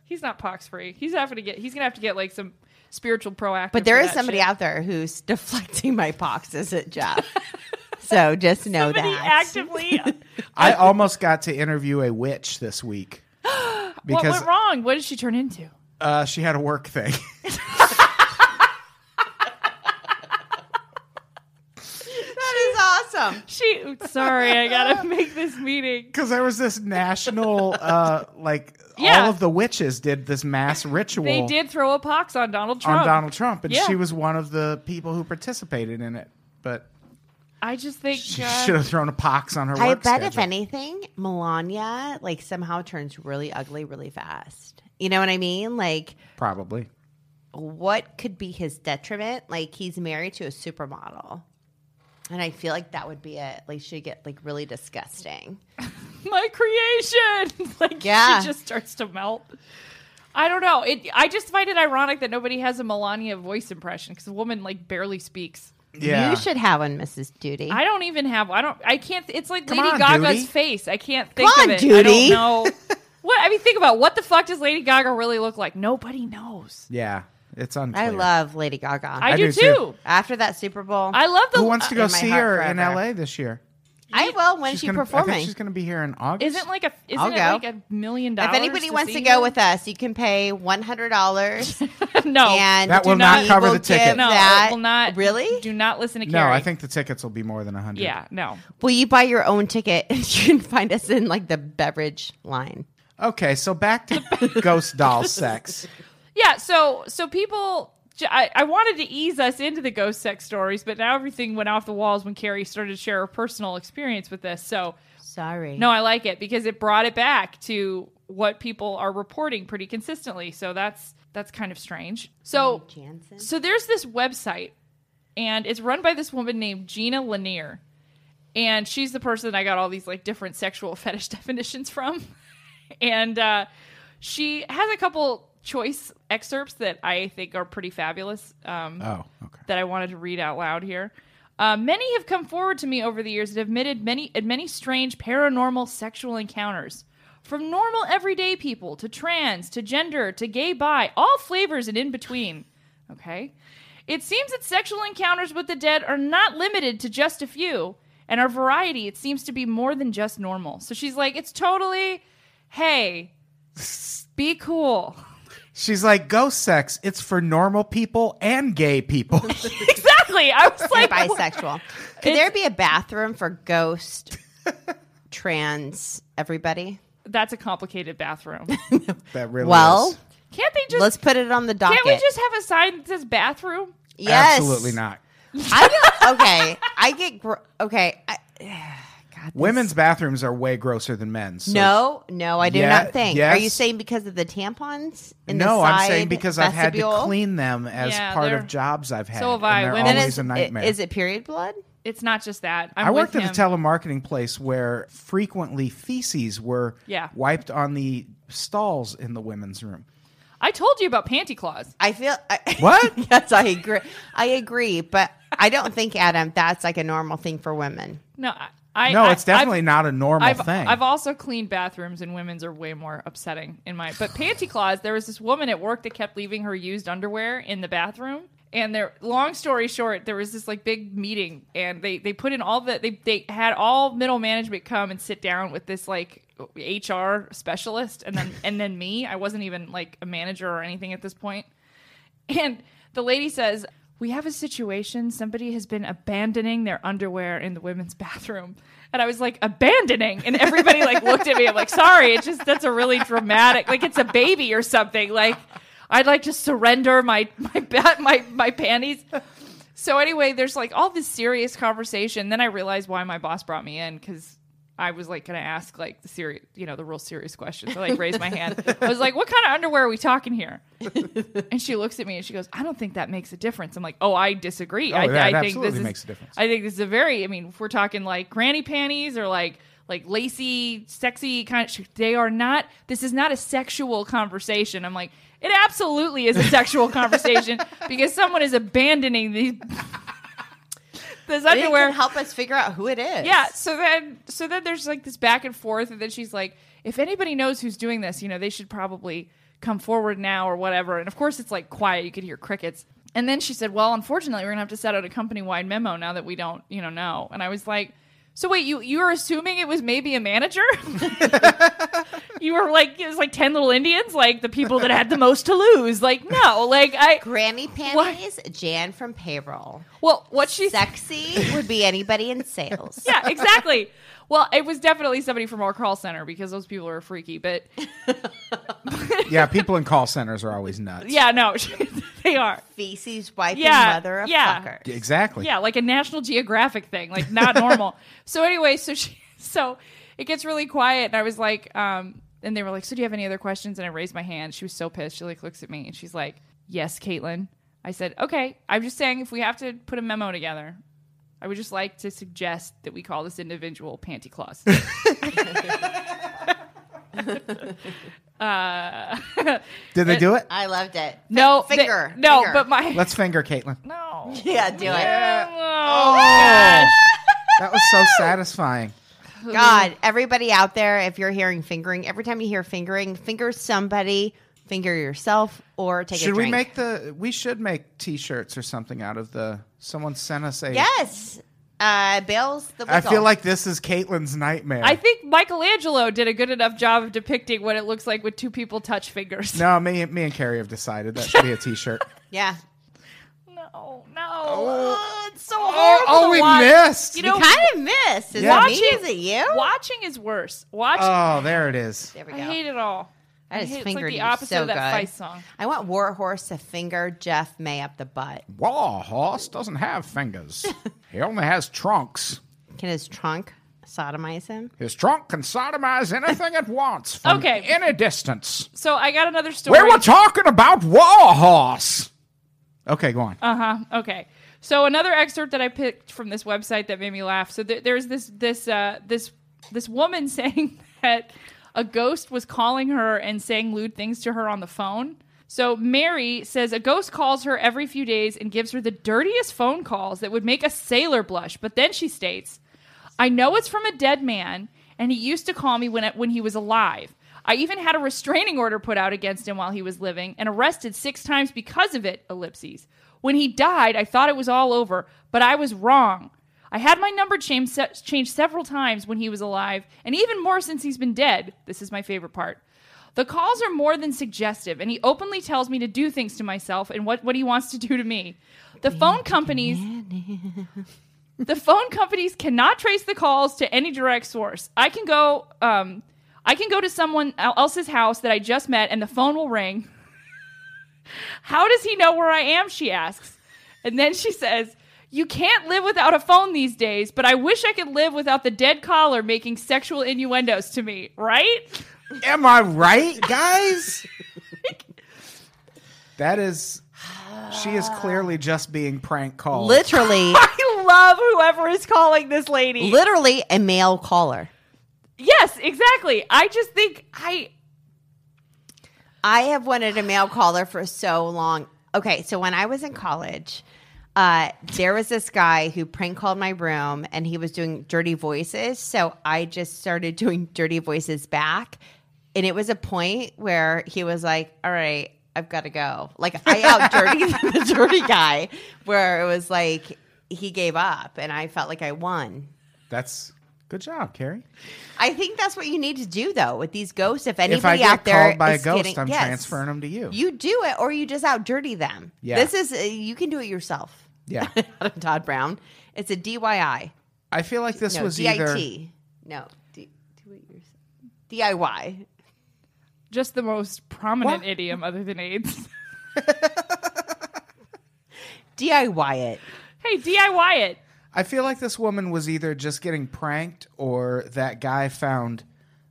S4: He's not pox free. He's having to get. He's gonna have to get like some spiritual proactive.
S3: But there
S4: for
S3: is
S4: that
S3: somebody
S4: shit.
S3: out there who's <laughs> deflecting my poxes at
S4: <laughs>
S3: Jeff. so just know
S4: Somebody
S3: that. <laughs>
S4: actively.
S2: I almost got to interview a witch this week
S4: <gasps> what
S2: because
S4: went wrong? What did she turn into?
S2: uh, she had a work thing. <laughs>
S3: that is awesome.
S4: She. Sorry,
S2: <laughs>
S4: I gotta make this meeting.
S2: Because there was this national, uh, like
S4: Yeah.
S2: all of the witches did this mass ritual
S4: They did throw a pox on Donald Trump.
S2: on Donald Trump, and
S4: Yeah.
S2: she was one of the people who participated in it. But
S4: I just think.
S2: she
S4: uh,
S2: should have thrown a pox on her.
S3: I
S2: work
S3: bet if
S2: schedule.
S3: anything, Melania like somehow turns really ugly really fast. You know what I mean? Like
S2: probably.
S3: what could be his detriment? Like he's married to a supermodel. And I feel like that would be it. Like she'd get like really disgusting.
S4: my creation. <laughs> like
S3: Yeah.
S4: she just starts to melt. I don't know. It. I just find it ironic that nobody has a Melania voice impression because the woman like barely speaks.
S2: Yeah,
S3: You should have one, Mrs. Duty.
S4: I don't even have. I don't. I can't. It's like
S2: Come
S4: Lady
S2: on,
S4: Gaga's
S2: Duty.
S4: face. I can't think
S3: Come
S4: of
S3: on,
S4: it.
S3: Duty.
S4: I don't know.
S3: <laughs>
S4: what I mean, think about what the fuck does Lady Gaga really look like? Nobody knows.
S2: yeah. It's unclear.
S3: I love Lady Gaga.
S4: I,
S2: do,
S4: do, too.
S2: too.
S3: After that Super Bowl, I,
S4: I love the. uh,
S2: Who wants to go
S3: in my
S2: see
S3: heart
S2: her in
S3: forever.
S2: L.A. this year?
S3: will when
S2: she's
S3: she's
S2: gonna, I think
S3: performing.
S2: she's going to be here in August.
S4: Isn't like a. Isn't
S3: I'll
S4: it
S3: go.
S4: like a million dollars?
S3: if anybody wants to
S4: see
S3: go
S4: her? <laughs>
S3: with us, you can pay one hundred dollars,
S4: no.
S3: and
S2: That
S3: do
S2: will not
S3: we
S2: cover
S3: will
S2: the ticket.
S3: give
S4: no,
S3: that-
S4: it will not.
S3: Really?
S4: Do not listen to
S2: no,
S4: Carrie.
S2: I think the tickets will be more than a hundred.
S4: Yeah, no.
S3: Will you buy your own ticket? <laughs> you can find us in like the beverage line.
S2: Okay, so back
S3: <laughs>
S2: to ghost doll sex.
S4: Yeah, so so people, j- I, I wanted to ease us into the ghost sex stories, but now everything went off the walls when Carrie started to share her personal experience with this. So
S3: Sorry.
S4: no, I like it because it brought it back to what people are reporting pretty consistently. So that's that's kind of strange. So
S3: Jansen.
S4: so there's this website, and it's run by this woman named Gina Lanier, and she's the person I got all these like different sexual <laughs> fetish definitions from, <laughs> and uh, she has a couple choice excerpts that I think are pretty fabulous. Um,
S2: Oh, okay.
S4: that I wanted to read out loud here. Uh, many have come forward to me over the years and have admitted many, at many strange paranormal sexual encounters. From normal everyday people to trans to gender to gay bi, all flavors and in between. Okay? It seems that sexual encounters with the dead are not limited to just a few, and our variety, it seems to be more than just normal. So she's like, it's totally, hey, be cool. <laughs>
S2: She's like, ghost sex, it's for normal people and gay people.
S3: <laughs>
S4: exactly. I was like,
S3: bisexual.
S4: <laughs>
S3: Could there be a bathroom for ghost, trans, everybody?
S4: that's a complicated bathroom.
S2: that really
S3: Well,
S2: is.
S4: Can't they just
S3: Let's put it on the docket.
S4: Can't we just have a sign that says bathroom?
S3: Yes.
S2: Absolutely not.
S3: I get, okay. I get gr- okay. I, <sighs> God, this-
S2: Women's bathrooms are way grosser than men's. so-
S3: no, no, I do
S2: Yeah,
S3: not think.
S2: yes.
S3: Are you saying because of the tampons? In
S2: no,
S3: the
S2: I'm saying
S3: side
S2: because I've had
S3: vestibule?
S2: to clean them as
S4: Yeah,
S2: part
S4: they're-
S2: of jobs I've had.
S4: So have
S2: and
S4: I.
S2: They're
S4: Women-
S3: And
S2: always
S3: is,
S2: a nightmare.
S3: i- Is it period blood?
S4: It's not just that. I'm
S2: I worked
S4: with
S2: at a
S4: him.
S2: telemarketing place where frequently feces were
S4: Yeah.
S2: wiped on the stalls in the women's room.
S4: I told you about panty claws.
S3: I feel I, <laughs>
S2: What?
S3: yes, I agree. I agree, but I don't think Adam that's like a normal thing for women.
S4: No, I. I
S2: No,
S4: I-
S2: it's definitely
S4: I've-
S2: not a normal
S4: I've,
S2: thing.
S4: I've also cleaned bathrooms, and women's are way more upsetting in my. But panty claws. There was this woman at work that kept leaving her used underwear in the bathroom. And there, long story short, there was this like big meeting, and they they put in all the they they had all middle management come and sit down with this like HR specialist, and then and then me. I wasn't even like a manager or anything at this point. And the lady says, We have a situation. Somebody has been abandoning their underwear in the women's <laughs> bathroom. And I was like, abandoning. And everybody like looked at me. I'm like, sorry, it's just that's a really dramatic like it's a baby or something. Like, I'd like to surrender my my bat my my panties. So anyway, there's like all this serious conversation. Then I realized why my boss brought me in because I was like going to ask like the serious, you know, the real serious questions. I like raised my hand. I was like, "What kind of underwear are we talking here?" And she looks at me and she goes, "I don't think that makes a difference." I'm like, "Oh, I disagree. I,
S2: that
S4: I think
S2: absolutely
S4: this is,
S2: makes a difference.
S4: I think this is a very. I mean, if we're talking like granny panties or like like lacy, sexy kind of. They are not. This is not a sexual conversation. I'm like, it absolutely is a
S2: <laughs>
S4: sexual conversation because someone is abandoning these. This
S3: It
S4: underwear
S3: can help us figure out who it is.
S4: yeah. So then, so then there's like this back and forth, and then she's like, "If anybody knows who's doing this, you know, they should probably come forward now or whatever." And of course, it's like quiet. You could hear crickets. And then she said, "Well, unfortunately, we're gonna have to set out a company wide memo now that we don't, you know, know." And I was like. So wait, you you were assuming it was maybe a manager? <laughs> you were like it was like ten little Indians, like the people that had the most to lose. Like no, like I
S3: Granny panties, Jan from payroll.
S4: well, what she
S3: Sexy would be anybody in sales.
S4: <laughs> yeah, exactly. Well, it was definitely somebody from our call center because those people are freaky. But
S2: yeah, people in call centers are always nuts.
S4: yeah, no, <laughs> they are.
S3: Feces wiping
S4: Yeah,
S3: mother of
S4: yeah.
S3: fucker.
S2: Exactly.
S4: Yeah, like a National Geographic thing, like not
S3: <laughs>
S4: normal. so anyway, so she, so it gets really quiet, and I was like, um, and they were like, so do you have any other questions? And I raised my hand. She was so pissed. She like looks at me and she's like, yes, Caitlin. I said, okay. I'm just saying, if we have to put a memo together, I would just like to suggest that we call this individual Panty
S3: <laughs>
S4: Claus.
S2: Did they do it?
S3: I loved it.
S4: no, they-
S3: Finger,
S4: no,
S3: finger.
S4: but my
S2: Let's finger Caitlin.
S4: no.
S3: <laughs> Yeah, do
S4: Oh,
S2: That was so satisfying.
S3: it. God, everybody out there, if you're hearing fingering, every time you hear fingering, finger somebody, finger yourself, or take a
S2: Should we
S3: drink.
S2: make the? We should make T-shirts or something out of the. Someone sent us a.
S3: Yes. Uh, Bill's the
S2: I
S3: whistle.
S2: feel like this is Caitlin's nightmare.
S4: I think Michelangelo did a good enough job of depicting what it looks like when two people touch fingers.
S2: no, me, me and Carrie have decided that should be a
S4: <laughs>
S2: T-shirt.
S3: Yeah.
S4: no. no.
S2: Oh.
S4: it's so
S2: oh,
S4: horrible.
S2: oh,
S4: to
S2: we
S4: watch.
S2: missed.
S4: You
S3: You
S4: know,
S3: kind of missed. Is that me?
S4: Watching-
S3: Is it you?
S4: watching is worse. Watch.
S2: oh, there it is.
S3: There we
S4: I
S3: go.
S4: hate it all.
S3: That
S4: I
S3: is
S4: hate it.
S3: fingered
S4: It's like the
S3: you
S4: opposite
S3: so
S4: of that
S3: good.
S4: Fice song.
S3: I want Warhorse to finger Jeff May up the butt.
S2: Warhorse doesn't have
S4: <laughs>
S2: fingers. he only has trunks.
S3: Can his trunk sodomize him?
S2: His trunk can sodomize anything it wants from
S4: Okay.
S2: any distance.
S4: So I got another story.
S2: talking about Warhorse. Okay, go on.
S4: Uh-huh. Okay. So another excerpt that I picked from this website that made me laugh. So th- there's this this uh, this this woman <laughs> saying that a ghost was calling her and saying lewd things to her on the phone. So Mary says a ghost calls her every few days and gives her the dirtiest phone calls that would make a sailor blush. But then she states, I know it's from a dead man, and he used to call me when when he was alive. I even had a restraining order put out against him while he was living and arrested six times because of it. Ellipses. When he died, I thought it was all over, but I was wrong. I had my number change se- changed several times when he was alive, and even more since he's been dead. This is my favorite part. The calls are more than suggestive, and he openly tells me to do things to myself and what, what he wants to do to me. The phone companies the phone companies cannot trace the calls to any direct source. I can go, um, I can go to someone el- else's house that I just met, and the phone will ring. <laughs> How does he know where I am? She asks, and then she says, You can't live without a phone these days, but I wish I could live without the dead caller making sexual innuendos to me, right?
S2: Am I right, guys? that is. She is
S4: <sighs>
S2: clearly just being prank called.
S3: Literally,
S4: <laughs> I love whoever is calling this lady.
S3: literally a male caller.
S4: yes, exactly. I just think I
S3: I have wanted a male caller for so long. Okay, so when I was in college, uh, there was this guy who prank called my room and he was doing dirty voices. So I just started <laughs> doing dirty voices back. And it was a point where he was like, All right, I've got to go. Like
S2: <laughs>
S3: I out dirty <laughs> the dirty guy, where it was like he gave up and I felt like I won.
S2: That's good job, Carrie.
S3: I think that's what you need to do though with these ghosts. If anybody
S2: if I
S3: out
S2: get
S3: there
S2: called by a
S3: is
S2: ghost,
S3: getting-
S2: I'm
S3: Yes.
S2: transferring them to you.
S3: You do it, or you just out dirty them.
S2: Yeah.
S3: This is uh, you can do it yourself. <laughs>
S2: Yeah.
S3: Adam Todd Brown. It's a DIY.
S2: I feel like this
S3: No,
S2: was
S3: DIT.
S2: either.
S3: No, D- do it yourself. DIY.
S4: just the most prominent idiom other than AIDS. <laughs>
S3: DIY it.
S4: hey, DIY it.
S2: I feel like this woman was either just getting pranked or that guy found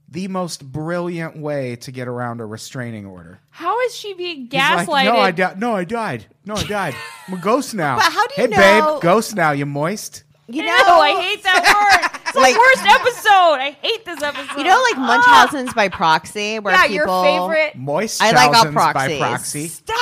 S2: the most brilliant way to get around a restraining order.
S4: How is she being
S2: He's
S4: gaslighted?
S2: Like, no, I di- no, I died. No, I died. I'm a ghost now.
S3: <laughs> But how do you
S2: hey,
S3: know-
S2: babe, ghost now. You moist?
S3: You
S4: Ew,
S3: know,
S4: I hate
S3: <laughs>
S4: that word. It's
S3: Like-
S4: the worst episode. I hate this episode.
S3: You know, like Munchausen's by proxy, where
S4: yeah,
S3: people.
S4: your favorite.
S2: Moist.
S3: I like all
S2: by
S3: proxies.
S2: proxy.
S4: Stop.
S3: <laughs>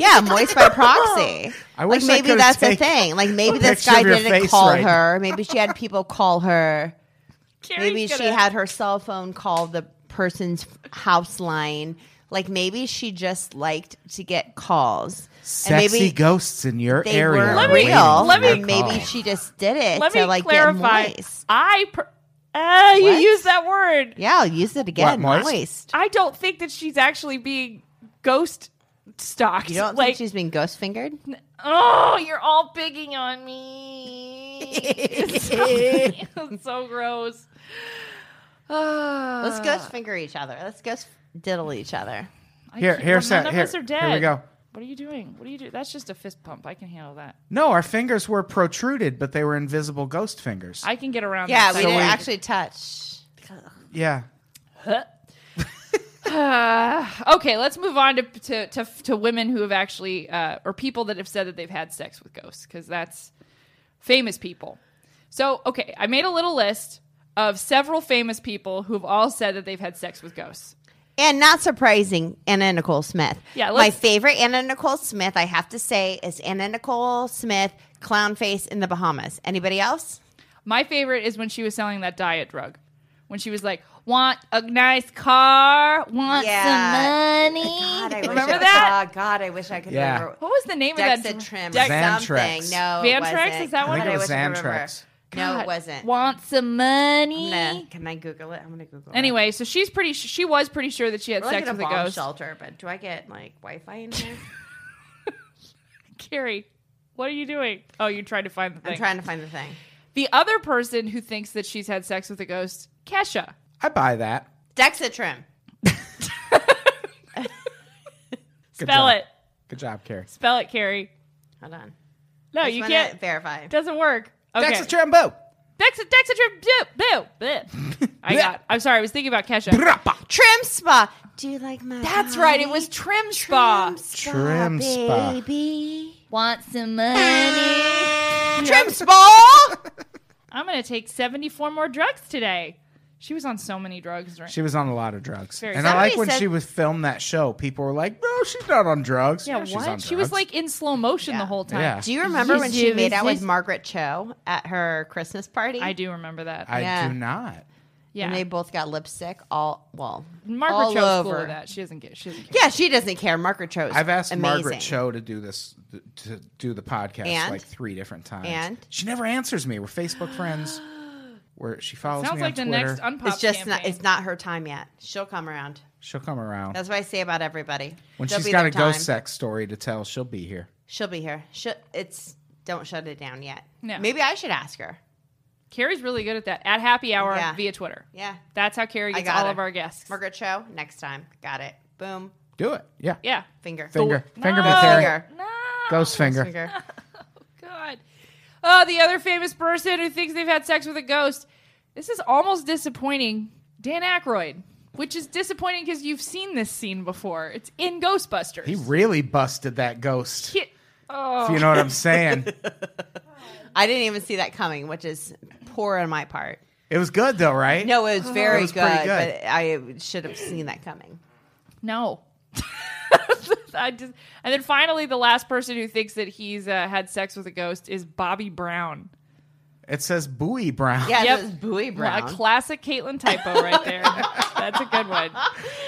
S3: Yeah, moist by proxy.
S2: I wish I
S3: like maybe
S2: could've
S3: that's the
S2: taken
S3: thing. Like maybe this
S2: picture
S3: guy
S2: of your
S3: didn't
S2: face
S3: call
S2: right now.
S3: her. Maybe she had people call her.
S4: <laughs> Carrie's
S3: maybe she
S4: gonna-
S3: had her cell phone call the person's house line. Like maybe she just liked to get calls.
S2: Sexy
S3: maybe
S2: ghosts in your
S3: they
S2: area.
S3: were
S2: are
S4: Let me-
S2: waiting
S3: real.
S4: let
S2: for
S4: me-
S2: your
S3: and maybe
S2: call.
S3: she just did it
S4: Let
S3: to
S4: me
S3: like
S4: clarify.
S3: get moist.
S4: I. Per- uh, you
S3: What?
S4: use that word.
S3: Yeah, I'll use it again.
S2: moist?
S3: moist.
S4: I don't think that she's actually being ghost stalked.
S3: You don't
S4: like,
S3: think she's been
S4: <laughs>
S3: ghost fingered? <laughs>
S4: oh, you're all picking on me.
S3: <laughs>
S4: <laughs> it's, so, it's so gross. <sighs>
S3: Let's ghost finger each other. Let's ghost diddle each other.
S4: I
S2: Here,
S4: can't-
S2: here,
S4: well,
S2: Seth,
S4: none
S2: here,
S4: of us are dead.
S2: here we go.
S4: What are you doing? What are you doing? That's just a fist pump. I can handle that.
S2: No, our fingers were protruded, but they were invisible ghost fingers.
S4: I can get around.
S3: Yeah,
S4: that.
S3: we
S4: So-
S3: didn't
S2: we-
S3: actually touch.
S2: yeah.
S4: Uh, okay, let's move on to to to, to women who have actually uh, or people that have said that they've had sex with ghosts because that's famous people. So okay, I made a little list of several famous people who have all said that they've had sex with ghosts.
S3: And not surprising, Anna Nicole Smith.
S4: Yeah,
S3: my
S4: let's-
S3: favorite Anna Nicole Smith, I have to say, is Anna Nicole Smith, clown face in the Bahamas. Anybody else?
S4: My favorite is when she was selling that diet drug. When she was like, "Want a nice car? Want
S3: Yeah.
S4: some money?" <laughs>
S3: God, I wish
S4: Remember
S3: I,
S4: that? Oh
S3: Oh, God, I wish I could
S2: Yeah.
S3: remember.
S4: What was the name of that?
S3: Dexatrim
S4: Dex-
S2: Xan-
S3: or something.
S2: Xantrax.
S3: No, it
S4: Vantrax?
S3: wasn't.
S4: Is that
S2: I
S4: one?
S2: think
S3: God,
S2: it
S3: I
S2: was
S3: wish I could
S2: Xantrax.
S3: remember. No,
S4: God,
S3: it wasn't.
S4: Want some money?
S3: Nah, can I Google it? I'm gonna Google it.
S4: Anyway, so she's pretty. She was pretty sure that she had
S3: we're like
S4: sex
S3: in a
S4: with a
S3: bomb
S4: ghost.
S3: shelter, but do I get like Wi-Fi in
S4: <laughs>
S3: here?
S4: Carrie, what are you doing? Oh, you're trying to find the thing.
S3: I'm trying to find the thing.
S4: the other person who thinks that she's had sex with a ghost, Kesha.
S2: I buy that.
S3: Dexatrim.
S2: Good
S4: Spell
S2: job.
S4: it.
S2: Good job, Carrie.
S4: Spell it, Carrie.
S3: Hold on.
S4: No,
S3: I just
S4: you
S3: wanna
S4: can't.
S3: verify.
S4: Doesn't work. Okay.
S2: Texas Trambo.
S4: Dexa, Dexatrim. Boo. Boo.
S2: <laughs>
S4: Boo. I got. I'm sorry. I was thinking about Kesha.
S2: Brapa.
S3: Trim spa. Do you like my?
S4: That's right. It
S3: body?
S4: was Trim Spa.
S3: Trim spa,
S2: Trim spa.
S3: baby.
S4: Want some money?
S3: Trim spa.
S4: I'm gonna take 74 more drugs today. She was on so many drugs during.
S2: She was on a lot of drugs.
S4: Very
S2: And I
S4: Somebody
S2: like when
S3: said-
S2: she was filmed that show, people were like, no, she's not on drugs.
S4: yeah,
S2: she's on
S4: what? She was
S2: drugs.
S4: like in slow motion the
S3: Yeah.
S4: whole time.
S2: Yeah.
S3: Do you remember when she
S4: Yes,
S3: made out with
S4: yes.
S3: Margaret Cho at her Christmas party?
S4: I do remember that.
S2: I
S3: Yeah.
S2: do not.
S4: yeah.
S3: And they both got lipstick all well. all
S4: Margaret Cho's cool
S3: over.
S4: with that. She doesn't get. She doesn't care.
S3: Yeah, she doesn't care. Margaret Cho's.
S2: I've asked
S3: amazing.
S2: Margaret Cho to do this, to do the podcast
S3: And?
S2: like three different times.
S3: And?
S2: She never answers me. We're Facebook
S4: <gasps>
S2: friends. Where she follows
S4: Sounds
S2: me
S4: like the
S2: on Twitter.
S4: next unpop
S3: It's just not.
S4: campaign.
S3: It's not her time yet. She'll come around.
S2: she'll come around.
S3: That's what I say about everybody.
S2: when
S3: There'll
S2: she's
S3: be
S2: got
S3: their
S2: a ghost
S3: time.
S2: sex story to tell, she'll be here.
S3: she'll be here. She'll, it's don't shut it down yet.
S4: No.
S3: Maybe I should ask her.
S4: Carrie's really good at that. At happy hour
S3: Yeah.
S4: via Twitter.
S3: Yeah,
S4: That's how Carrie
S3: I
S4: gets
S3: got
S4: all
S3: her.
S4: of our guests.
S3: Margaret Cho. Next time, got it. Boom.
S2: Do it. Yeah.
S4: Yeah.
S3: Finger.
S2: Finger.
S4: No.
S2: Finger, me, Terry.
S3: Finger.
S4: No.
S2: Ghost finger.
S3: Finger.
S4: God. oh, the other famous person who thinks they've had sex with a ghost. This is almost disappointing. Dan Aykroyd, which is disappointing because you've seen this scene before. It's in Ghostbusters.
S2: He really busted that ghost.
S4: Ki- oh,
S2: If you know what I'm
S3: <laughs>
S2: saying.
S3: I didn't even see that coming, which is poor on my part.
S2: it was good though, right?
S3: No, it was very
S2: was
S3: good,
S2: pretty good.
S3: but I should have seen that coming.
S4: no. <laughs> I just, and then finally, the last person who thinks that he's uh, had sex with a ghost is Bobby Brown.
S2: It says Bowie Brown.
S3: Yeah,
S4: Yep.
S3: it was Bowie
S4: A
S3: Brown.
S4: classic Caitlin typo right there. That's a good one.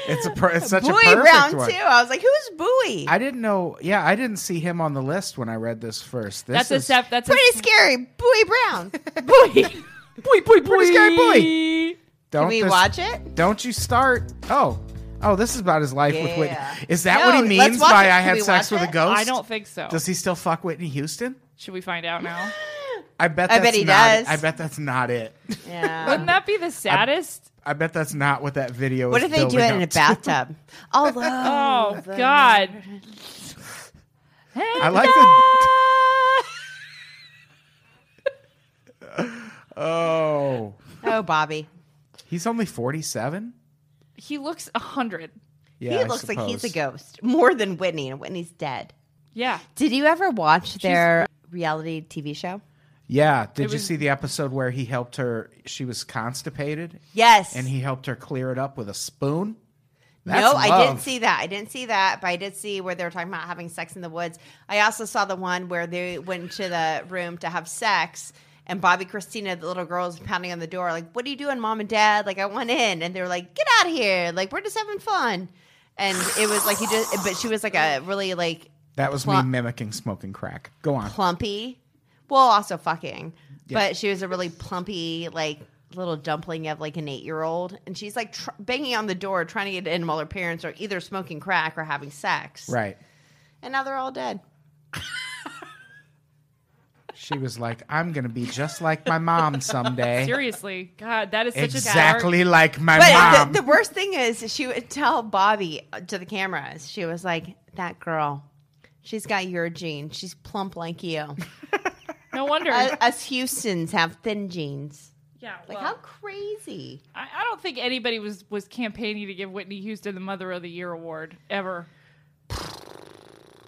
S2: It's a per- it's such a
S3: Bowie
S2: perfect
S3: Brown
S2: one.
S3: too. I was like, who's Bowie?
S2: I didn't know. Yeah, I didn't see him on the list when I read this first. This
S4: That's a
S2: is,
S4: step. That's a
S3: Pretty scary,
S2: <laughs>
S3: Bowie
S4: <laughs>
S3: Brown.
S4: boy. boy, boy, boy,
S2: scary boy. Don't
S3: Can we
S2: this-
S3: watch it?
S2: Don't you start? Oh, oh, this is about his life with Whitney.
S3: Yeah.
S2: Is that
S3: No,
S2: what he
S3: let's
S2: means
S3: watch
S2: by
S3: it.
S2: I
S3: Can
S2: had
S3: we
S2: sex
S3: watch
S2: with a
S3: it?
S2: ghost?
S4: I don't think so.
S2: Does he still fuck Whitney Houston?
S4: Should we find out now?
S2: I bet.
S3: I
S2: That's
S3: bet he
S2: not,
S3: does.
S2: I bet that's not it.
S3: Yeah.
S4: Wouldn't that be the saddest?
S2: I bet that's not what that video.
S3: what
S2: is
S3: if they do
S2: building
S3: it in a
S2: up to. <laughs>
S3: bathtub? <laughs> Although,
S4: Oh God!
S2: I like the.
S3: <laughs>
S2: Oh,
S3: oh Bobby,
S2: he's only forty-seven.
S4: He looks a hundred.
S2: Yeah,
S3: he
S2: I
S3: looks like he's a
S2: suppose.
S3: ghost more than Whitney, and Whitney's dead.
S4: Yeah,
S3: Did you ever watch their reality TV show?
S2: Yeah. Did
S4: It
S2: you
S4: was-
S2: see the episode where he helped her? She was constipated,
S3: Yes.
S2: and he helped her clear it up with a spoon.
S3: no,
S2: That's
S3: I
S2: love.
S3: didn't see that. I didn't see that, but I did see where they were talking about having sex in the woods. I also saw the one where they went to the room to have sex, and Bobby Christina, the little girl, is pounding on the door, like, "What are you doing, mom and dad? Like, I want in." And they're like, "Get out of here! Like, we're just having fun." And it was like he just, but she was like a really like
S2: That was
S3: Pla-
S2: me mimicking smoking crack. Go on.
S3: plumpy. Well, also fucking, but she was a really plumpy, like little dumpling of like an eight year old, and she's like tr- banging on the door trying to get in while her parents are either smoking crack or having sex.
S2: Right.
S3: And now they're all dead.
S2: She was like, "I'm gonna be just like my
S3: <laughs>
S2: mom someday."
S4: seriously, God, that is such a dark.
S2: exactly like my
S3: But
S2: mom.
S3: the, the worst thing is, she would tell Bobby uh, to the cameras, she was like, "That girl." She's got your genes. She's plump
S2: <laughs>
S3: like you.
S4: No wonder.
S3: <laughs> Us us Houstons have thin jeans.
S4: yeah,
S3: Like,
S4: well,
S3: how crazy.
S4: I, I don't think anybody was was campaigning to give Whitney Houston the Mother of the Year award ever.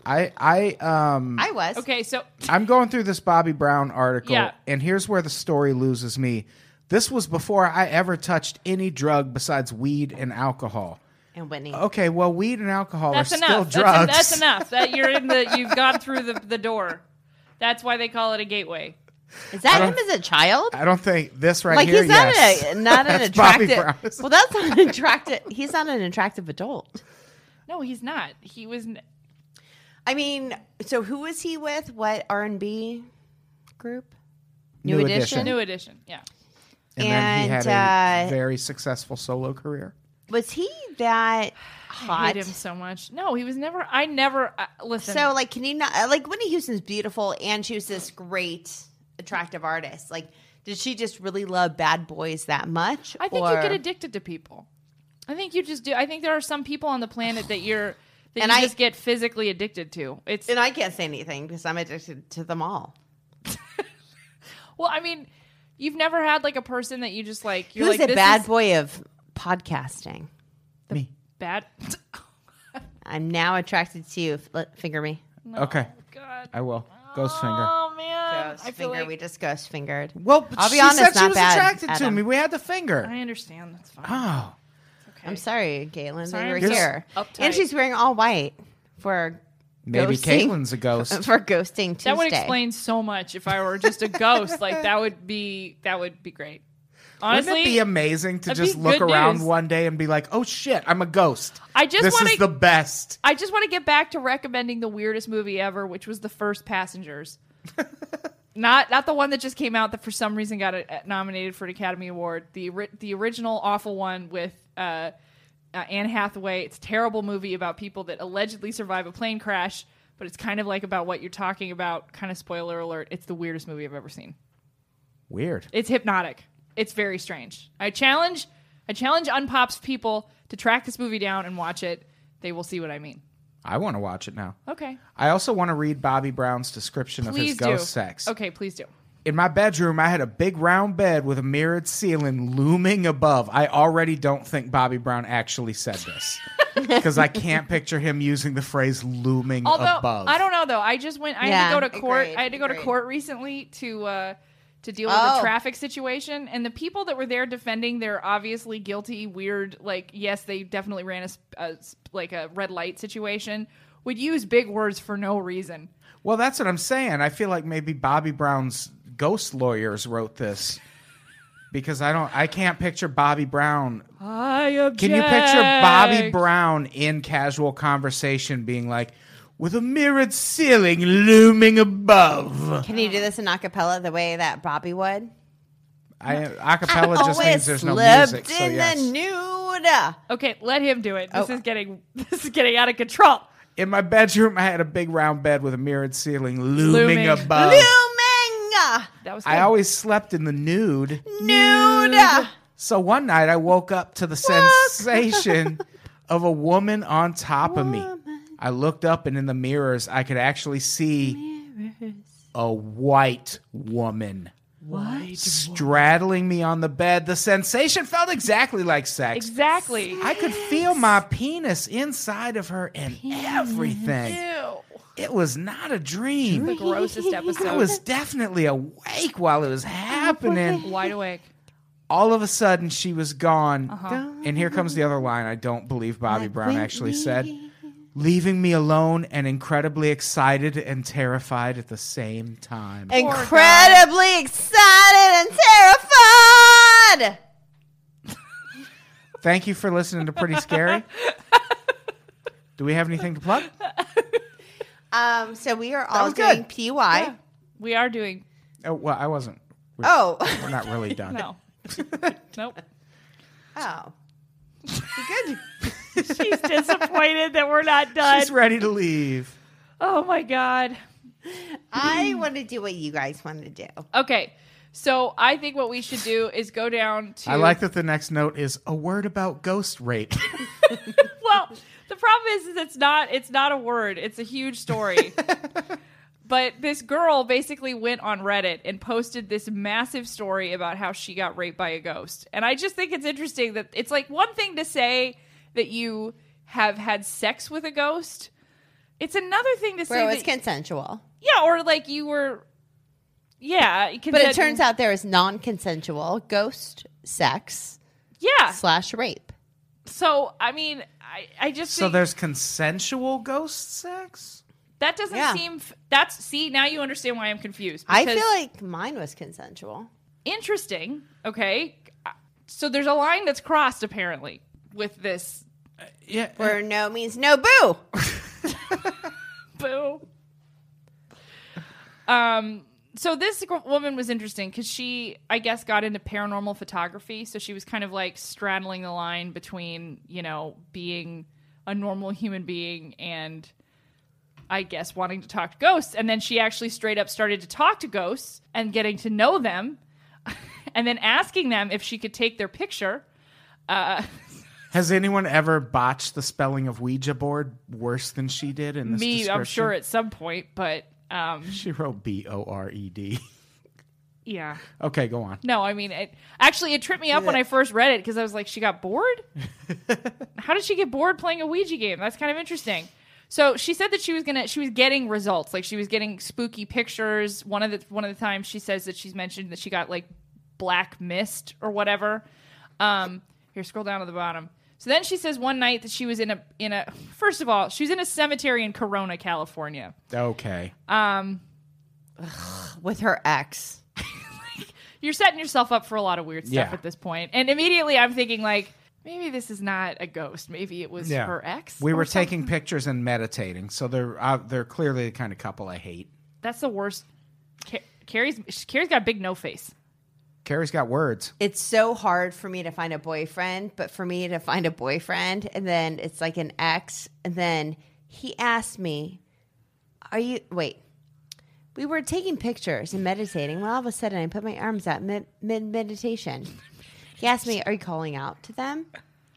S2: I, I, um,
S3: I was.
S4: Okay, so
S2: I'm going through this Bobby Brown article,
S4: Yeah.
S2: and here's where the story loses me. This was before I ever touched any drug besides weed and alcohol.
S3: And Whitney.
S2: Okay, well, weed and alcohol
S4: that's
S2: are
S4: enough.
S2: still
S4: That's,
S2: drugs.
S4: that's enough. That you're
S2: <laughs>
S4: in the you've gone through the the door. That's why they call it a gateway.
S3: Is that
S2: I
S3: him as a child?
S2: I don't think this right
S3: like
S2: here.
S3: he's not
S2: yes.
S3: a, not
S2: <laughs>
S3: an
S2: That's Bobby
S3: attractive.
S2: Brown.
S3: Well, that's not an attractive. He's not an attractive adult.
S4: No, he's not. He was. n-
S3: I mean, so who was he with? What R and B group?
S2: New,
S3: New
S2: edition.
S3: Edition.
S4: New edition. Yeah.
S2: And, then he had a
S3: And, uh,
S2: very successful solo career.
S3: Was he
S4: I
S3: that hot?
S4: hate him so much. No, he was never. I never uh, listen.
S3: So like, can you not uh, like Whitney Houston's beautiful and she was this great attractive artist? Like, did she just really love bad boys that much?
S4: I think
S3: or-
S4: you get addicted to people. I think you just do. I think there are some people on the planet that you're that
S3: And
S4: you
S3: I-
S4: just get physically addicted to. It's
S3: And I can't say anything because I'm addicted to them all.
S4: well, I mean, you've never had like a person that you just like. You're
S3: Who's
S4: like,
S3: a
S4: this
S3: bad
S4: is
S3: boy of podcasting?
S2: Me.
S4: bad. <laughs> Oh,
S3: I'm now attracted to you. F- let- Finger me.
S2: Okay,
S4: God.
S2: I will. Ghost finger.
S4: Oh man,
S3: Ghost
S4: I feel
S3: finger.
S4: like
S3: we just ghost fingered.
S2: Well, but
S3: I'll be
S2: she
S3: honest,
S2: said she
S3: not
S2: was
S3: bad,
S2: attracted to
S3: Adam.
S2: me. We had the finger.
S4: I understand. That's fine.
S2: Oh,
S4: Okay.
S3: I'm sorry, Caitlin,
S4: Sorry,
S3: that you were
S4: I'm just
S3: here.
S4: uptight.
S3: And she's wearing all white for
S2: maybe
S3: ghosting-
S2: Caitlin's a
S3: <laughs>
S2: ghost.
S3: for ghosting Tuesday.
S4: That would explain so much if I were just a ghost. like that would be that would be great. Honestly,
S2: Wouldn't it be amazing to
S4: that'd be
S2: just look
S4: good
S2: around
S4: news.
S2: one day and be like, "Oh shit, I'm a ghost."
S4: I just
S2: this is
S4: wanna-
S2: the best.
S4: I just want to get back to recommending the weirdest movie ever, which was The First Passengers. not not the one that just came out that for some reason got uh, nominated for an Academy Award. The ori- the original awful one with uh, uh, Anne Hathaway. It's a terrible movie about people that allegedly survive a plane crash, but it's kind of like about what you're talking about. Kind of spoiler alert. It's the weirdest movie I've ever seen.
S2: Weird.
S4: It's hypnotic. It's very strange. I challenge I challenge unpops people to track this movie down and watch it. They will see what I mean.
S2: I want to watch it now.
S4: Okay.
S2: I also want to read Bobby Brown's description of his
S4: Please do.
S2: ghost sex.
S4: Okay, please do.
S2: In my bedroom, I had a big round bed with a mirrored ceiling looming above. I already don't think Bobby Brown actually said
S4: <laughs>
S2: this because I can't picture him using the phrase "looming
S4: Although
S2: above."
S4: I don't know though. I just went. I
S3: Yeah,
S4: had to go to court.
S3: agreed,
S4: I had to go to
S3: agreed.
S4: court recently to uh, to deal with
S3: Oh.
S4: the traffic situation, and the people that were there defending their obviously guilty, weird, like yes, they definitely ran a, sp- a sp- like a red light situation. Would use big words for no reason.
S2: Well, that's what I'm saying. I feel like maybe Bobby Brown's ghost lawyers wrote this because I don't. I can't picture Bobby Brown.
S4: I object.
S2: Can you picture Bobby Brown in casual conversation being like, "With a mirrored ceiling looming above"?
S3: Can you do this in acapella the way that Bobby would?
S2: I acapella just means
S3: Always
S2: there's no
S3: lived
S2: music. So
S3: in
S2: yes.
S3: the nude.
S4: Okay, let him do it. This
S3: Oh.
S4: is getting <laughs> this is getting out of control.
S2: In my bedroom, I had a big round bed with a mirrored ceiling looming,
S4: Looming.
S2: above. Oh.
S3: Looming
S4: That was.
S2: I
S4: good.
S2: always slept in the nude.
S3: nude.
S2: So one night I woke up to the <laughs> sensation of a woman on top of me. I looked up and in the mirrors I could actually see a white woman
S4: What?
S2: straddling me on the bed. The sensation felt exactly like sex.
S4: exactly.
S2: I could feel my penis inside of her and everything.
S4: Ew.
S2: It was not a
S4: The
S2: dream.
S4: grossest episode.
S2: I was definitely awake while it was happening.
S4: wide awake.
S2: all of a sudden she was gone. And here comes the other line I don't believe Bobby Brown actually said. Leaving me alone and incredibly excited and terrified at the same time.
S3: Incredibly excited and terrified.
S2: Thank you for listening to Pretty Scary. Do we have anything to plug?
S3: Um, so we are all
S2: was good.
S3: doing PY.
S4: Yeah. We are doing
S2: Oh, well, I wasn't. We're,
S3: Oh,
S2: we're not really done. <laughs>
S4: no. nope.
S3: <laughs> oh,
S2: <laughs>
S3: good.
S4: She's disappointed that we're not done.
S2: She's ready to leave.
S4: oh my god.
S3: I want to do what you guys want to do.
S4: Okay. So I think what we should do is go down to
S2: I like that the next note is a word about ghost rape.
S4: Well, the problem is, is it's not it's not a word. It's a huge story.
S2: <laughs>
S4: but this girl basically went on Reddit and posted this massive story about how she got raped by a ghost. And I just think it's interesting that it's like one thing to say that you have had sex with a ghost. It's another thing to say
S3: Where it
S4: that
S3: was consensual,
S4: Yeah, or like you were. Yeah,
S3: but it turns out there is non-consensual ghost sex
S4: Yeah,
S3: slash rape.
S4: so I mean, I I just
S2: so
S4: think
S2: there's consensual ghost sex?
S4: that doesn't
S3: Yeah.
S4: seem. F- that's see now you understand why I'm confused.
S3: I
S4: because
S3: feel like mine was consensual.
S4: interesting. Okay, so there's a line that's crossed apparently with this
S2: Yeah.
S3: Where no means no boo.
S4: boo. Um. So this gr- woman was interesting because she, I guess, got into paranormal photography. So she was kind of like straddling the line between, you know, being a normal human being and, I guess, wanting to talk to ghosts. And then she actually straight up started to talk to ghosts and getting to know them, <laughs> and then asking them if she could take their picture.
S2: Has anyone ever botched the spelling of Ouija board worse than she did in this
S4: Me, I'm
S2: description?
S4: sure at some point, but um,
S2: She wrote B O R E D. <laughs>
S4: yeah.
S2: Okay, go on.
S4: No, I mean, it, actually, it tripped me up when I first read it because I was like, she got bored? How did she get bored playing a Ouija game? That's kind of interesting. So she said that she was gonna, she was getting results, like she was getting spooky pictures. One of the one of the times she says that she's mentioned that she got like black mist or whatever. Um, here, scroll down to the bottom. So then she says one night that she was in a in a first of all she was in a cemetery in Corona, California.
S2: Okay.
S3: <laughs> With her ex.
S4: you're setting yourself up for a lot of weird stuff
S2: Yeah.
S4: at this point. And immediately I'm thinking like, maybe this is not a ghost. Maybe it was
S2: Yeah.
S4: her ex.
S2: we
S4: or
S2: were
S4: something.
S2: taking pictures and meditating, so they're uh, they're clearly the kind of couple I hate.
S4: That's the worst. Ca- Carrie's Carrie's got a big no face.
S2: Carrie's got words.
S3: It's so hard for me to find a boyfriend, but for me to find a boyfriend and then it's like an ex. And then he asked me, Are you, wait, we were taking pictures and meditating when all of a sudden I put my arms out mid, mid meditation. He asked me, Are you calling out to them?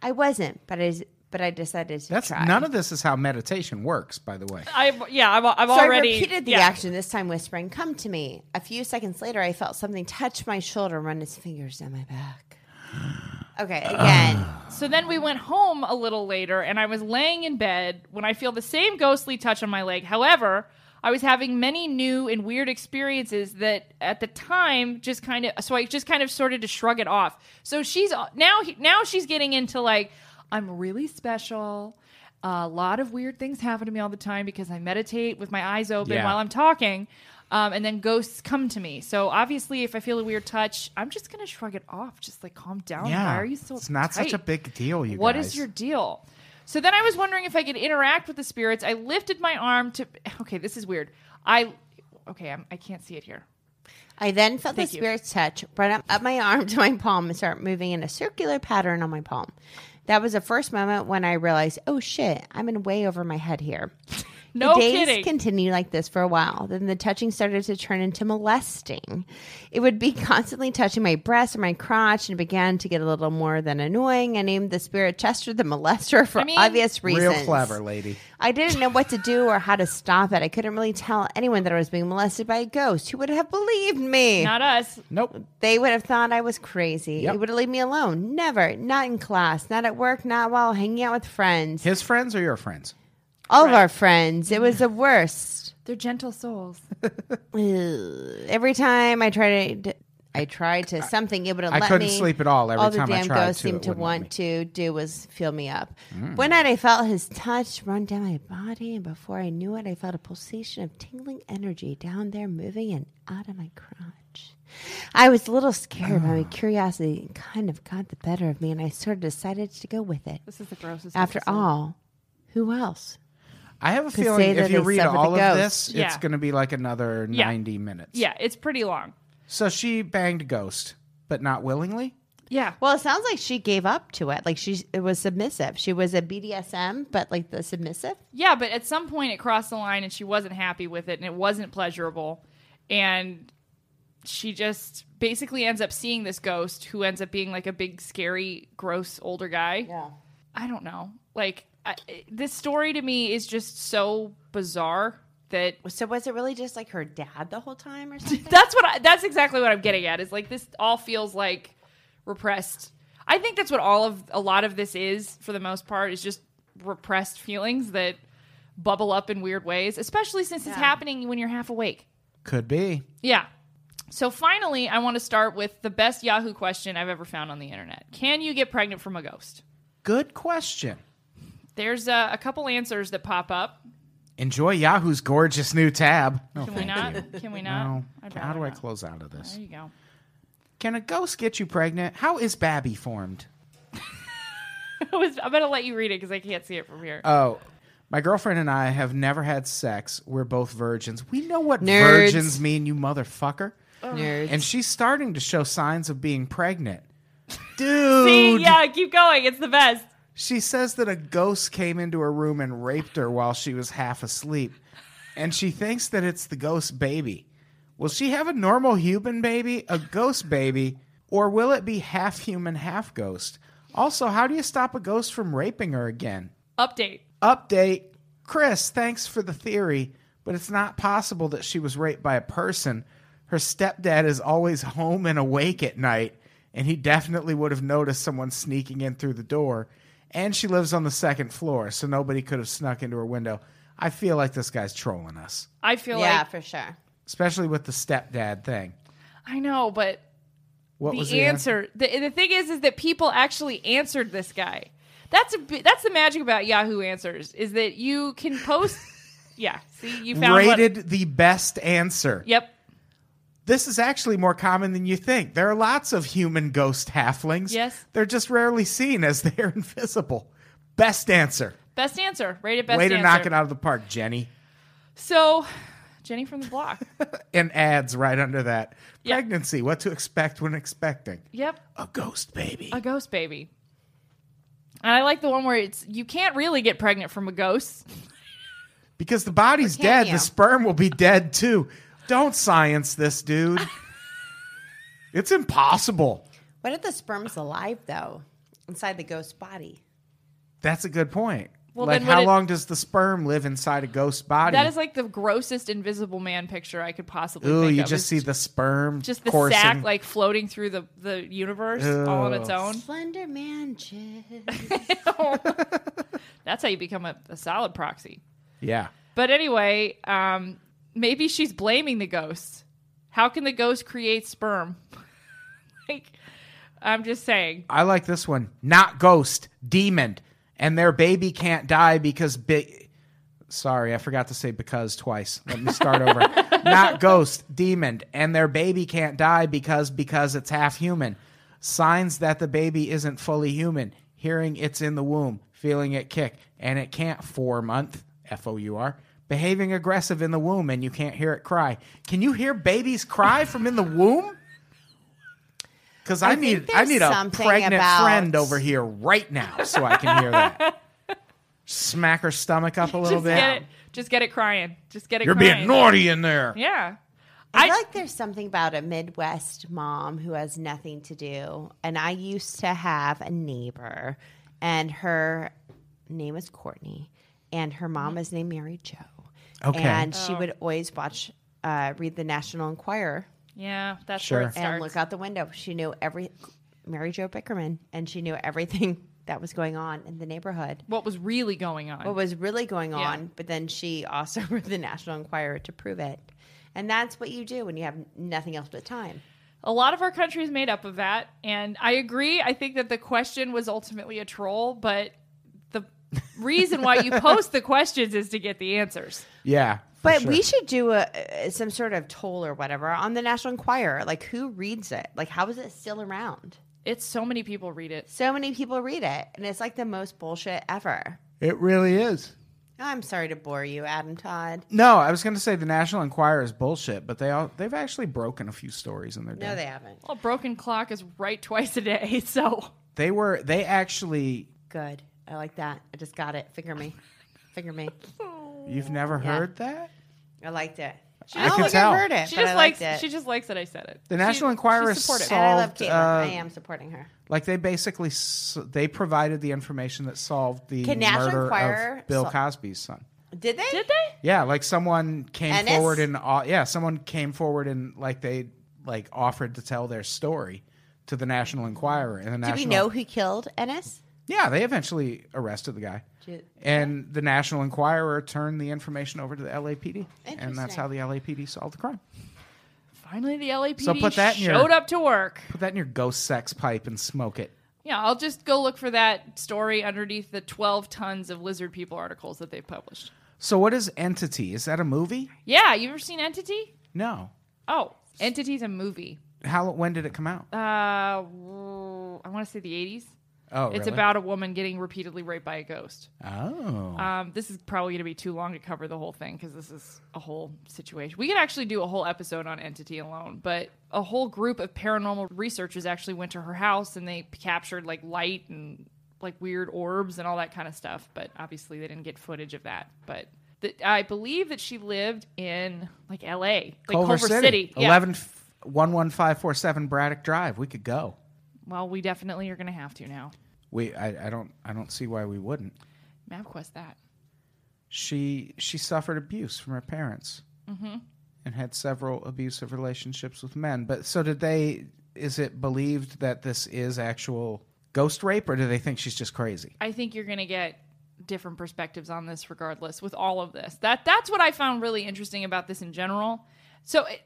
S3: I wasn't, but I, but I decided to
S2: That's
S3: try.
S2: none of this is how meditation works, by the way.
S4: I yeah, I'm, I'm
S3: So
S4: already
S3: I repeated the
S4: yeah.
S3: action, this time whispering, Come to me. A few seconds later, I felt something touch my shoulder, run its fingers down my back. Okay, again.
S4: So then we went home a little later, and I was laying in bed when I feel the same ghostly touch on my leg. However, I was having many new and weird experiences that at the time just kind of so I just kind of started to shrug it off. So she's now now she's getting into like I'm really special. A lot of weird things happen to me all the time because I meditate with my eyes open
S2: Yeah.
S4: while I'm talking. Um, and then ghosts come to me. So obviously, if I feel a weird touch, I'm just gonna shrug it off. Just like calm down. Oh, Why are you so?
S2: It's not such a
S4: uptight?
S2: big deal, you
S4: What
S2: guys.
S4: is your deal? So then I was wondering if I could interact with the spirits. I lifted my arm to. Okay, this is weird. I. Okay, I'm, I can't see it here.
S3: I then felt
S4: Thank
S3: the
S4: you.
S3: spirit's touch, brought up, up my arm <laughs> to my palm, and start moving in a circular pattern on my palm. That was the first moment when I realized, oh shit, I'm in way over my head here.
S4: <laughs> No
S3: the days
S4: kidding.
S3: continued like this for a while. Then the touching started to turn into molesting. It would be <laughs> constantly touching my breast or my crotch, and it began to get a little more than annoying. I named the spirit Chester the molester for
S4: mean,
S3: obvious
S2: real
S3: reasons.
S2: clever lady?
S3: I didn't know what to do or how to stop it. I couldn't really tell anyone that I was being molested by a ghost. Who would have believed me?
S4: Not us.
S2: Nope.
S3: They would have thought I was crazy.
S2: Yep.
S3: They would have leave me alone. Never. Not in class. Not at work. Not while hanging out with friends.
S2: His friends or your friends?
S3: All of our friends. It was the worst.
S4: They're gentle souls.
S3: Ugh. Every time I tried to, I tried to something, it wouldn't
S2: I
S3: let
S2: couldn't
S3: me.
S2: sleep at all every
S3: all the
S2: time I
S3: damn
S2: tried
S3: ghosts
S2: to, it
S3: seemed to
S2: wouldn't let Mm. me.
S3: want to do was fill me up. One night I felt his touch run down my body, and before I knew it, I felt a pulsation of tingling energy down there moving and out of my crotch. I was a little
S2: <sighs>
S3: scared, but my curiosity kind of got the better of me, and I sort of decided to go with it.
S4: This is the grossest.
S3: After
S4: episode.
S3: all, who else?
S2: I have a
S3: Could
S2: feeling
S3: say
S2: if
S3: that
S2: you
S3: they
S2: read
S3: suffered the
S2: all of
S3: ghost.
S2: this,
S4: Yeah.
S2: it's going to be like another
S4: Yeah.
S2: 90 minutes.
S4: Yeah, it's pretty long.
S2: So she banged a ghost, but not willingly?
S4: Yeah.
S3: Well, it sounds like she gave up to it. Like she it was submissive. She was a BDSM, but like the submissive.
S4: Yeah, but at some point it crossed the line and she wasn't happy with it and it wasn't pleasurable. And she just basically ends up seeing this ghost who ends up being like a big, scary, gross older guy. Yeah. I don't know. Like, I, this story to me is just so bizarre that
S3: So was it really just like her dad the whole time or <laughs> something?
S4: that's what I, that's exactly what I'm getting at is like this all feels like repressed. I think that's what all of a lot of this is for the most part is just repressed feelings that bubble up in weird ways, especially since it's happening when you're half awake.
S2: Could be.
S4: Yeah. So finally, I want to start with the best Yahoo question I've ever found on the internet. Can you get pregnant from a ghost?
S2: Good question.
S4: There's uh, a, a couple answers that pop up.
S2: Enjoy Yahoo's gorgeous new tab. No,
S4: Can we
S2: Oh, thank
S4: not?
S2: you.
S4: Can we not?
S2: No.
S4: I'd
S2: How do
S4: rather
S2: I
S4: not.
S2: close out of this?
S4: There you go. <laughs>
S2: Can a ghost get you pregnant? How is Babby formed?
S4: I was, I'm going to let you read it because I can't see it from here.
S2: Oh, my girlfriend and I have never had sex. We're both virgins. We know what
S3: Nerds.
S2: virgins mean, you motherfucker.
S3: Nerds.
S2: And she's starting to show signs of being
S4: <laughs>
S2: pregnant. Dude.
S4: See, yeah, keep going. It's the best.
S2: She says that a ghost came into her room and raped her while she was half asleep, and she thinks that it's the ghost baby. Will she have a normal human baby, a ghost baby, or will it be half human, half ghost? Also, how do you stop a ghost from raping her again?
S4: Update.
S2: Update Chris, thanks for the theory, but it's not possible that she was raped by a person. Her stepdad is always home and awake at night, and he definitely would have noticed someone sneaking in through the door. And she lives on the second floor, so nobody could have snuck into her window. I feel like this guy's trolling us,
S4: I feel
S3: yeah,
S4: like
S3: for sure.
S2: especially with the stepdad thing.
S4: I know, but
S2: What
S4: the
S2: was the
S4: answer. The, the thing is, is that people actually answered this guy. That's a bi- that's the magic about Yahoo Answers is that you
S2: <laughs>
S4: can post. yeah, see, you found what-
S2: Rated the best answer.
S4: yep.
S2: This is actually more common than you think. There are lots of human ghost halflings.
S4: Yes.
S2: They're just rarely seen as <laughs> they're invisible. Best answer.
S4: Best answer. Rated best
S2: Way
S4: answer.
S2: to knock it out of the park, Jenny.
S4: So, Jenny from the
S2: <laughs>
S4: block.
S2: And ads right under that.
S4: Yeah.
S2: Pregnancy, what to expect when expecting.
S4: yep.
S2: A ghost baby.
S4: A ghost baby. And I like the one where it's you can't really get pregnant from a ghost.
S2: Because the body's
S3: Or can
S2: dead,
S3: you?
S2: the sperm will be dead too. Don't science this,
S4: <laughs>
S2: dude. it's impossible.
S3: What if the sperm's alive though, inside the ghost body?
S2: That's a good point.
S4: Well,
S2: like,
S4: then would
S2: how
S4: it-
S2: long does the sperm live inside a ghost's body?
S4: That is like the grossest Invisible Man picture I could possibly.
S2: Ooh,
S4: think
S2: you
S4: of.
S2: just
S4: It's
S2: see the sperm
S4: just the
S2: coursing.
S4: sack like floating through the the universe all on its own.
S3: Slender Man chick.
S4: That's how you become a, a solid proxy.
S2: yeah.
S4: But anyway, um, maybe she's blaming the ghost. How can the ghost create sperm? <laughs> like, I'm just saying.
S2: I like this one. Not ghost, demon, and their baby can't die because bi- Sorry, I forgot to say because twice. Let me start over. <laughs> Not ghost, demon, and their baby can't die because because it's half human. Signs that the baby isn't fully human. Hearing it's in the womb, feeling it kick, and it can't four month F O U R. Behaving aggressive in the womb, and you can't hear it cry. Can you hear babies cry from in the womb? Because I,
S3: I think
S2: need I
S3: there's
S2: need a
S3: something
S2: pregnant
S3: about-
S2: friend over here right now so I can hear that. Smack her stomach up a little
S4: Just get
S2: bit.
S4: it. Just get it crying. Just get it.
S2: You're
S4: crying.
S2: being naughty in there.
S4: Yeah.
S3: I
S4: I-
S3: feel like there's something about a Midwest mom who has nothing to do. And I used to have a neighbor, and her name is Courtney, and her mom is named Mary Jo.
S2: Okay.
S3: And she would always watch, uh, read the National Enquirer
S4: Yeah. That's
S2: Sure.
S4: where it
S3: and
S4: starts.
S3: look out the window. She knew every, Mary Jo Bickerman, and she knew everything <laughs> that was going on in the neighborhood.
S4: what was really going on?
S3: What was really going
S4: Yeah.
S3: on, but then she also <laughs> read the National Enquirer to prove it. And that's what you do when you have nothing else but time.
S4: a lot of our country is made up of that and i agree i think that the question was ultimately a troll but the reason why
S3: <laughs>
S4: you post the questions is to get the answers
S2: Yeah. for
S3: But
S2: sure.
S3: we should do a, uh some sort of toll or whatever on the National Enquirer. Like, who reads it? Like, how is it still around?
S4: it's so many people read it
S3: So many people read it, and it's like the most bullshit ever.
S2: It really is.
S3: I'm sorry to bore you, Adam Todd.
S2: No, I was going to say the National Enquirer is bullshit, but they all they've actually broken a few stories in their day.
S3: No, they haven't.
S4: well broken clock is right twice a day <laughs> so
S2: they were they actually
S3: Good. I like that. I just got it. Finger me. Finger
S4: <laughs>
S3: me.
S2: you've never
S3: Yeah.
S2: heard that?
S3: I liked it. She
S2: I can
S3: I don't think
S2: tell.
S3: I heard it,
S4: she
S3: but
S4: just
S3: I liked
S4: likes
S3: it.
S4: she just likes that i said it
S2: The
S4: She-
S2: National Enquirer
S4: she's supportive.
S2: saw-
S3: and I love
S2: solved,
S3: Caitlin.
S2: uh,
S3: I am supporting her.
S2: Like they basically s- they provided the information that solved the
S3: Can National
S2: murder
S3: Enquirer
S2: of Bill
S3: sol-
S2: Cosby's son.
S3: Did they?
S4: did they
S2: Yeah, like someone came
S3: Ennis?
S2: forward and au- yeah, someone came forward and like they like offered to tell their story to the National Enquirer and the
S3: Did
S2: National.
S3: we know who killed Ennis?
S2: Yeah, they eventually arrested the guy,
S3: Did-
S2: and the National Enquirer turned the information over to the LAPD, and that's
S3: Interesting.
S2: how the LAPD solved the crime.
S4: finally the lapd
S2: So put that in your-
S4: showed up to work
S2: Put that in your ghost sex pipe and smoke it.
S4: yeah i'll just go look for that story underneath the 12 tons of lizard people articles that they've published
S2: So, what is Entity? Is that a movie?
S4: yeah you ever seen entity
S2: No.
S4: oh entity's a movie
S2: How? When did it come out?
S4: Uh, w- I want to say the 80s.
S2: Oh,
S4: It's
S2: really?
S4: about a woman getting repeatedly raped by a ghost.
S2: Oh,
S4: Um, this is probably going to be too long to cover the whole thing because this is a whole situation. We could actually do a whole episode on entity alone, but a whole group of paranormal researchers actually went to her house and they captured like light and like weird orbs and all that kind of stuff. But obviously, they didn't get footage of that. But the, I believe that she lived in like L.A., like Culver, City. Yeah.
S2: eleven one one five four seven Braddock Drive. We could go.
S4: Well, we definitely are going to have to now.
S2: We, I, I don't, I don't see why we wouldn't.
S4: MapQuest that.
S2: She, she suffered abuse from her parents,
S4: Mm-hmm.
S2: and had several abusive relationships with men. But so did they. Is it believed that this is actual ghost rape, or do they think she's just crazy?
S4: I think you're going to get different perspectives on this regardless with all of this. That that's what I found really interesting about this in general. So it,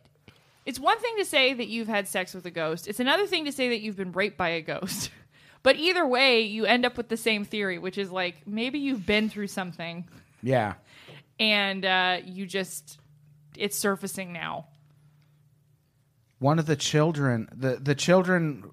S4: it's one thing to say that you've had sex with a ghost. It's another thing to say that you've been raped by a ghost. <laughs> But either way, you end up with the same theory, which is like maybe you've been through something
S2: Yeah,
S4: and uh, you just it's surfacing now.
S2: one of the children, the the children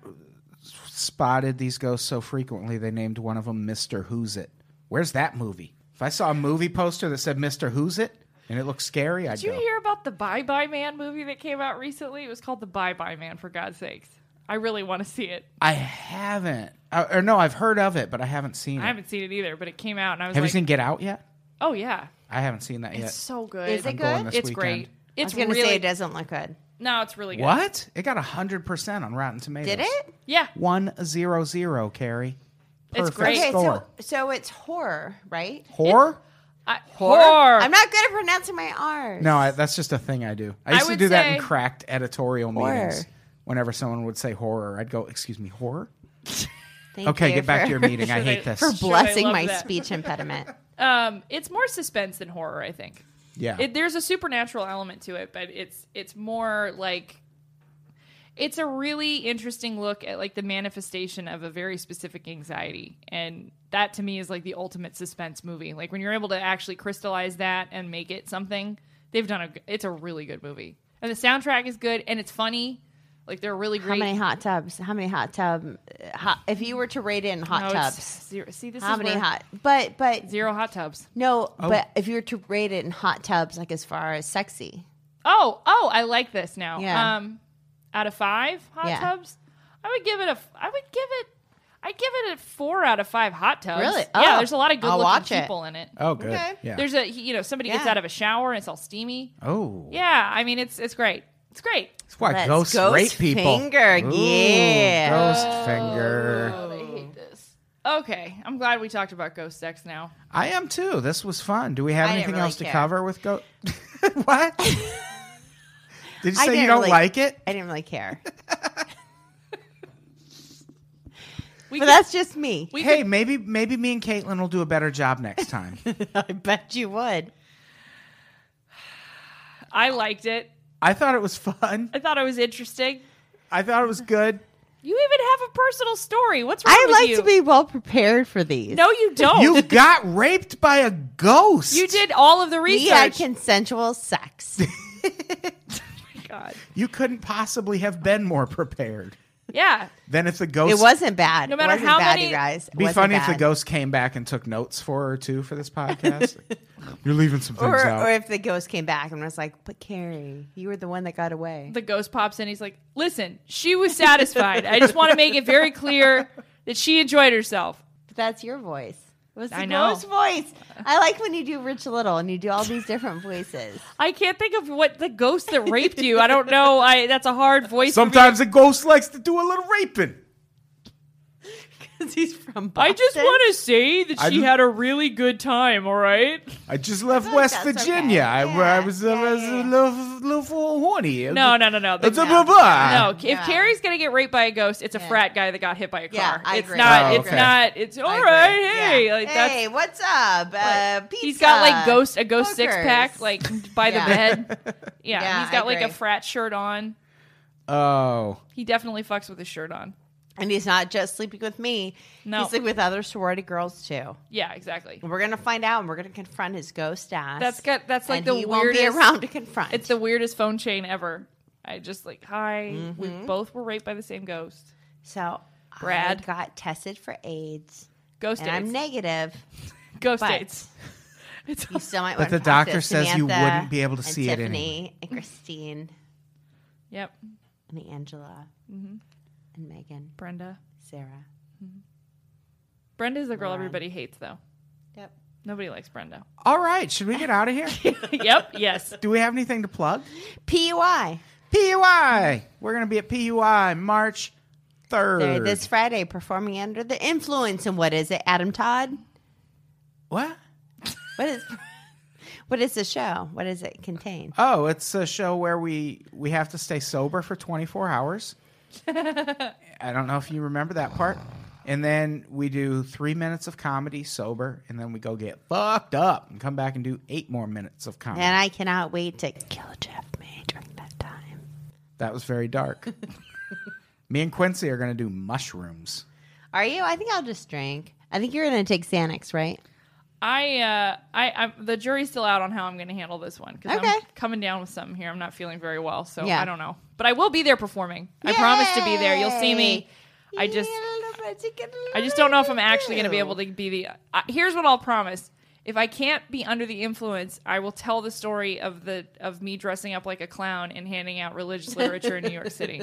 S2: spotted these ghosts so frequently they named one of them Mister Who's It. Where's that movie? If I saw a movie poster that said Mister Who's It and it looked scary, I'd
S4: Did you
S2: go.
S4: hear about the Bye Bye Man movie that came out recently? It was called The Bye Bye Man for God's sakes. I really want to see it.
S2: I haven't. Uh, or no, I've heard of it, but I haven't seen it.
S4: I haven't seen it either, but it came out and I was
S2: Have
S4: like,
S2: you seen Get Out yet?
S4: "Oh yeah,
S2: I haven't seen that
S4: It's
S2: yet.
S4: so good.
S3: Is it
S2: I'm
S3: good?
S2: going this
S4: It's
S2: weekend.
S4: great. It's
S3: I was going to
S4: really
S3: say it doesn't look good.
S4: no. It's really good.
S2: What? It got hundred percent on Rotten Tomatoes.
S3: Did it?
S4: Yeah,
S2: One zero zero, Carrie.
S4: It's
S2: Perfect
S4: great.
S3: Okay, so,
S2: score.
S3: so it's horror, right?
S2: Horror?
S4: I,
S2: Horror?
S4: horror.
S3: I'm not good at pronouncing my R's.
S2: No, I, that's just a thing I do. I
S4: I
S2: used to
S4: would
S2: do that in
S4: say-
S2: cracked editorial meetings.
S3: Horror.
S2: Whenever someone would say horror, I'd go, "Excuse me, horror."
S3: Thank
S2: okay,
S3: you
S2: get back
S3: for-
S2: to
S3: <laughs>
S2: your meeting. I hate this.
S3: For blessing
S4: love
S3: my
S4: that. <laughs>
S3: speech impediment.
S4: Um, it's more suspense than horror, I think.
S2: yeah,
S4: It, there's a supernatural element to it, but it's it's more like it's a really interesting look at like the manifestation of a very specific anxiety, and that to me is like the ultimate suspense movie. Like when you're able to actually crystallize that and make it something, they've done a. g- It's a really good movie, and the soundtrack is good, and it's funny. Like they're really
S3: How
S4: great.
S3: many hot tubs? How many hot tub? uh, Hot, if you were to rate in hot
S4: No, it's
S3: tubs,
S4: Zero, see, this
S3: how
S4: is
S3: many
S4: where-
S3: hot? But but
S4: zero hot tubs.
S3: no,
S2: Oh.
S3: but if you were to rate it in hot tubs, like as far as sexy,
S4: Oh, oh, I like this now.
S3: Yeah.
S4: Um, out of five hot
S3: Yeah.
S4: tubs, I would give it a. I would give it. I give it a four out of five hot tubs.
S3: Really?
S4: yeah.
S3: Oh,
S4: There's a lot of
S3: I'll watch
S4: good-looking
S3: it.
S4: people in it.
S2: oh, good.
S3: Okay.
S2: Yeah.
S4: There's a he- you know somebody gets
S3: Yeah.
S4: out of a shower and it's all steamy.
S2: oh,
S4: Yeah. I mean it's it's great. It's great.
S2: That's why
S3: Let's
S2: ghosts
S3: ghost
S2: rape people.
S3: finger,
S2: Ooh,
S3: yeah.
S2: Ghost finger.
S4: Oh, I hate this. Okay, I'm glad we talked about ghost sex now.
S2: I am too. This was fun. Do we have
S3: I
S2: anything
S3: didn't really
S2: else to
S3: care.
S2: cover with go? <laughs>
S3: <laughs>
S2: what? Did you
S3: I
S2: say you
S3: didn't
S2: don't
S3: really-
S2: like it?
S3: I didn't
S4: <laughs>
S3: really care.
S4: We
S3: But
S4: could-
S3: that's just me.
S4: we
S2: Hey, maybe maybe me and Caitlin will do a better job next time.
S3: <laughs> I bet you would.
S4: could- I liked it.
S2: I thought it was fun.
S4: I thought it was interesting.
S2: I thought it was good.
S4: You even have a personal story. What's wrong
S3: I
S4: with
S3: like
S4: you?
S3: to be well prepared for these.
S4: No, you don't.
S2: You got raped by a ghost.
S4: You did all of the research.
S3: we had consensual
S2: <laughs>
S3: sex.
S4: God.
S2: You couldn't possibly have been more prepared
S4: Yeah.
S2: than if the ghost.
S3: It wasn't bad.
S4: No matter
S3: it wasn't
S4: how
S3: bad,
S4: many-
S3: you guys. It
S2: Be
S3: wasn't
S2: funny if
S3: bad.
S2: the ghost came back and took notes for her too for this
S3: <laughs>
S2: podcast. You're leaving some things
S3: Or,
S2: out.
S3: or if the ghost came back and was like, "But Carrie, you were the one that got away."
S4: The ghost pops in. He's like, listen, she was satisfied. I just want to make it very clear that she enjoyed herself.
S3: But that's your voice. It was the
S4: I know.
S3: ghost voice. I like when you do Rich Little and you do all these different <laughs> voices.
S4: I can't think of what the ghost that raped you. I don't know. I that's a hard voice. for me to-
S2: Sometimes a ghost likes to do a little raping.
S3: Because he's from
S4: I just
S3: Boston.
S4: want to say that she
S2: I'm-
S4: had a really good time, all right?
S2: I just left
S3: feel like
S2: West
S3: that's
S2: Virginia.
S3: okay.
S2: I, I
S3: Yeah,
S2: was,
S3: yeah,
S2: I was
S3: yeah,
S2: a
S3: yeah.
S2: little, little full horny.
S4: No, no, no,
S2: Blah,
S4: no. That's
S2: blah, blah,
S4: no.
S2: blah.
S4: No, if
S3: Yeah.
S4: Carrie's gonna get raped by a ghost, it's a
S3: Yeah.
S4: frat guy that got hit by a car.
S3: Yeah, I
S4: it's
S3: agree.
S4: not.
S2: Oh,
S4: It's
S2: okay.
S4: not. It's all
S3: I
S4: right.
S3: agree.
S4: Hey,
S3: Yeah.
S4: like that's
S3: hey, what's up? Uh, pizza.
S4: He's got like ghost a ghost six
S3: hookers.
S4: pack like by
S3: Yeah.
S4: the
S3: <laughs>
S4: bed. Yeah,
S3: Yeah,
S4: he's got
S3: I
S4: like a
S3: agree.
S4: frat shirt on.
S2: Oh,
S4: He definitely fucks with his shirt on.
S3: and he's not just sleeping with me.
S4: No.
S3: he's sleeping with other sorority girls too.
S4: Yeah, exactly.
S3: And We're gonna find out, and we're gonna confront his ghost ass.
S4: That's got that's like
S3: and
S4: the
S3: he
S4: weirdest.
S3: won't be around to confront.
S4: It's the weirdest phone chain ever. I just like hi. We
S3: Mm-hmm.
S4: both were raped by the same ghost.
S3: so
S4: Brad.
S3: I got tested for AIDS,
S4: Ghost
S3: and I'm
S4: dates.
S3: negative.
S4: ghost
S3: but-
S4: dates. <laughs> It's
S3: You still might.
S2: But the
S3: wanna talk
S2: doctor
S3: to
S2: says you
S3: Samantha
S2: wouldn't be able to
S3: and
S2: see it
S3: Tiffany and Christine
S4: yep.
S3: and Angela
S4: Mm-hmm.
S3: and Megan,
S4: Brenda.
S3: Sarah.
S4: Brenda's the girl
S3: Lauren.
S4: everybody hates though.
S3: Yep.
S4: Nobody likes Brenda. <laughs>
S2: all right. Should we get out of here?
S4: yep. Yes.
S2: do we have anything to plug?
S3: PUI.
S2: PUI. We're gonna be at PUI March
S3: They're
S2: third.
S3: this Friday performing under the influence. And what is it, Adam Todd?
S2: what?
S3: What is what is the show? What does it contain?
S2: Oh, it's a show where we we have to stay sober for 24
S4: <laughs>
S2: hours. I don't know if you remember that part. And then we do three minutes of comedy sober, and then we go get fucked up and come back and do eight more minutes of comedy.
S3: And I cannot wait to kill Jeff May during that time.
S2: that was very <laughs> dark. Me and Quincy are gonna do mushrooms.
S3: Are you? I think I'll just drink. I think you're going to take Xanax, right?
S4: I uh I I'm, the jury's still out on how I'm going to handle this one because
S3: Okay.
S4: I'm coming down with something here. I'm not feeling very well, so
S3: Yeah.
S4: I don't know. But I will be there performing. I promise to be there. You'll see me. I just I just don't know if I'm actually going to be able to be the. I here's what I'll promise: if I can't be under the influence, I will tell the story of the of me dressing up like a clown and handing out religious literature in New York
S3: <laughs>
S4: City.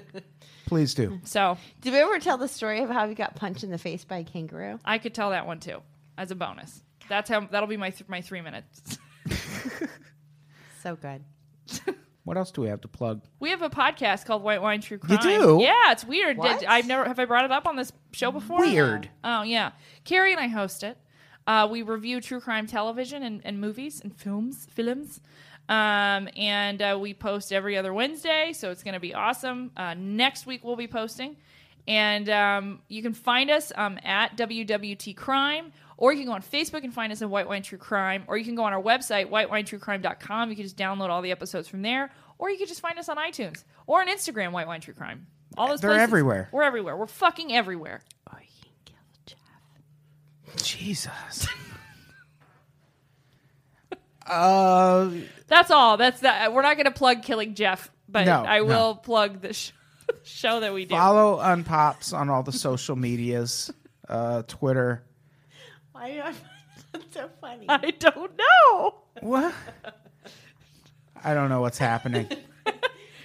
S2: Please do.
S4: So
S3: Did we ever tell the story of how we got punched in the face by a kangaroo?
S4: I could tell that one too as a bonus. That's how that'll be my th- my three minutes. <laughs>
S3: So good.
S2: What else do we have to plug?
S4: We have a podcast called White Wine True
S2: You
S4: Crime.
S2: do?
S4: Yeah, it's weird.
S3: What?
S4: I've never have I brought it up on this show before?
S2: Weird.
S4: Oh yeah, Carrie and I host it. Uh, we review true crime television and, and movies and films, films, um, and uh, we post every other Wednesday. So it's going to be awesome. Uh, next week we'll be posting, and um, you can find us um, at WWT Crime, or you can go on Facebook and find us at White Wine True Crime, or you can go on our website whitewinetruecrime.com. You can just download all the episodes from there, or you can just find us on iTunes or on Instagram, White Wine True Crime. All those
S2: They're
S4: places.
S2: everywhere.
S4: We're everywhere. We're fucking everywhere.
S3: Or you Oh, can kill Jeff.
S2: Jesus. <laughs> uh,
S4: That's all. That's that. We're not going to plug Killing Jeff, but
S2: No,
S4: I
S2: no.
S4: will plug the sh- <laughs> show that we do.
S2: follow Unpops on all the social medias, uh, Twitter.
S3: Why do I <laughs> find that so funny?
S4: I don't know.
S2: What? I don't know what's <laughs> happening.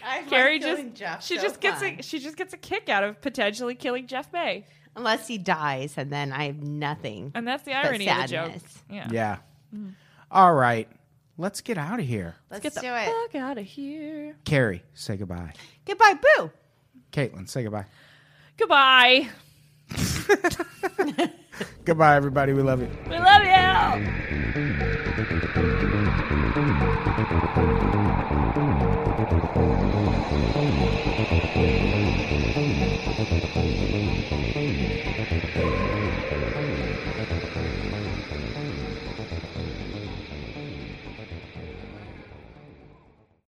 S3: I find
S4: Carrie
S3: killing
S4: just
S3: Jeff
S4: she
S3: so
S4: just gets
S3: fun.
S4: a she just gets a kick out of potentially killing Jeff May,
S3: unless he dies, and then I have nothing.
S4: and that's the irony of the joke.
S3: sadness.
S4: Yeah.
S2: Yeah. All right. Let's get out of here.
S3: Let's
S4: Get the
S3: do it.
S4: fuck out of here.
S2: Carrie, say goodbye.
S3: Goodbye, boo.
S2: Caitlin, say <laughs> goodbye.
S4: Goodbye.
S2: Goodbye, everybody. We love you.
S4: We love you.
S1: Thank you.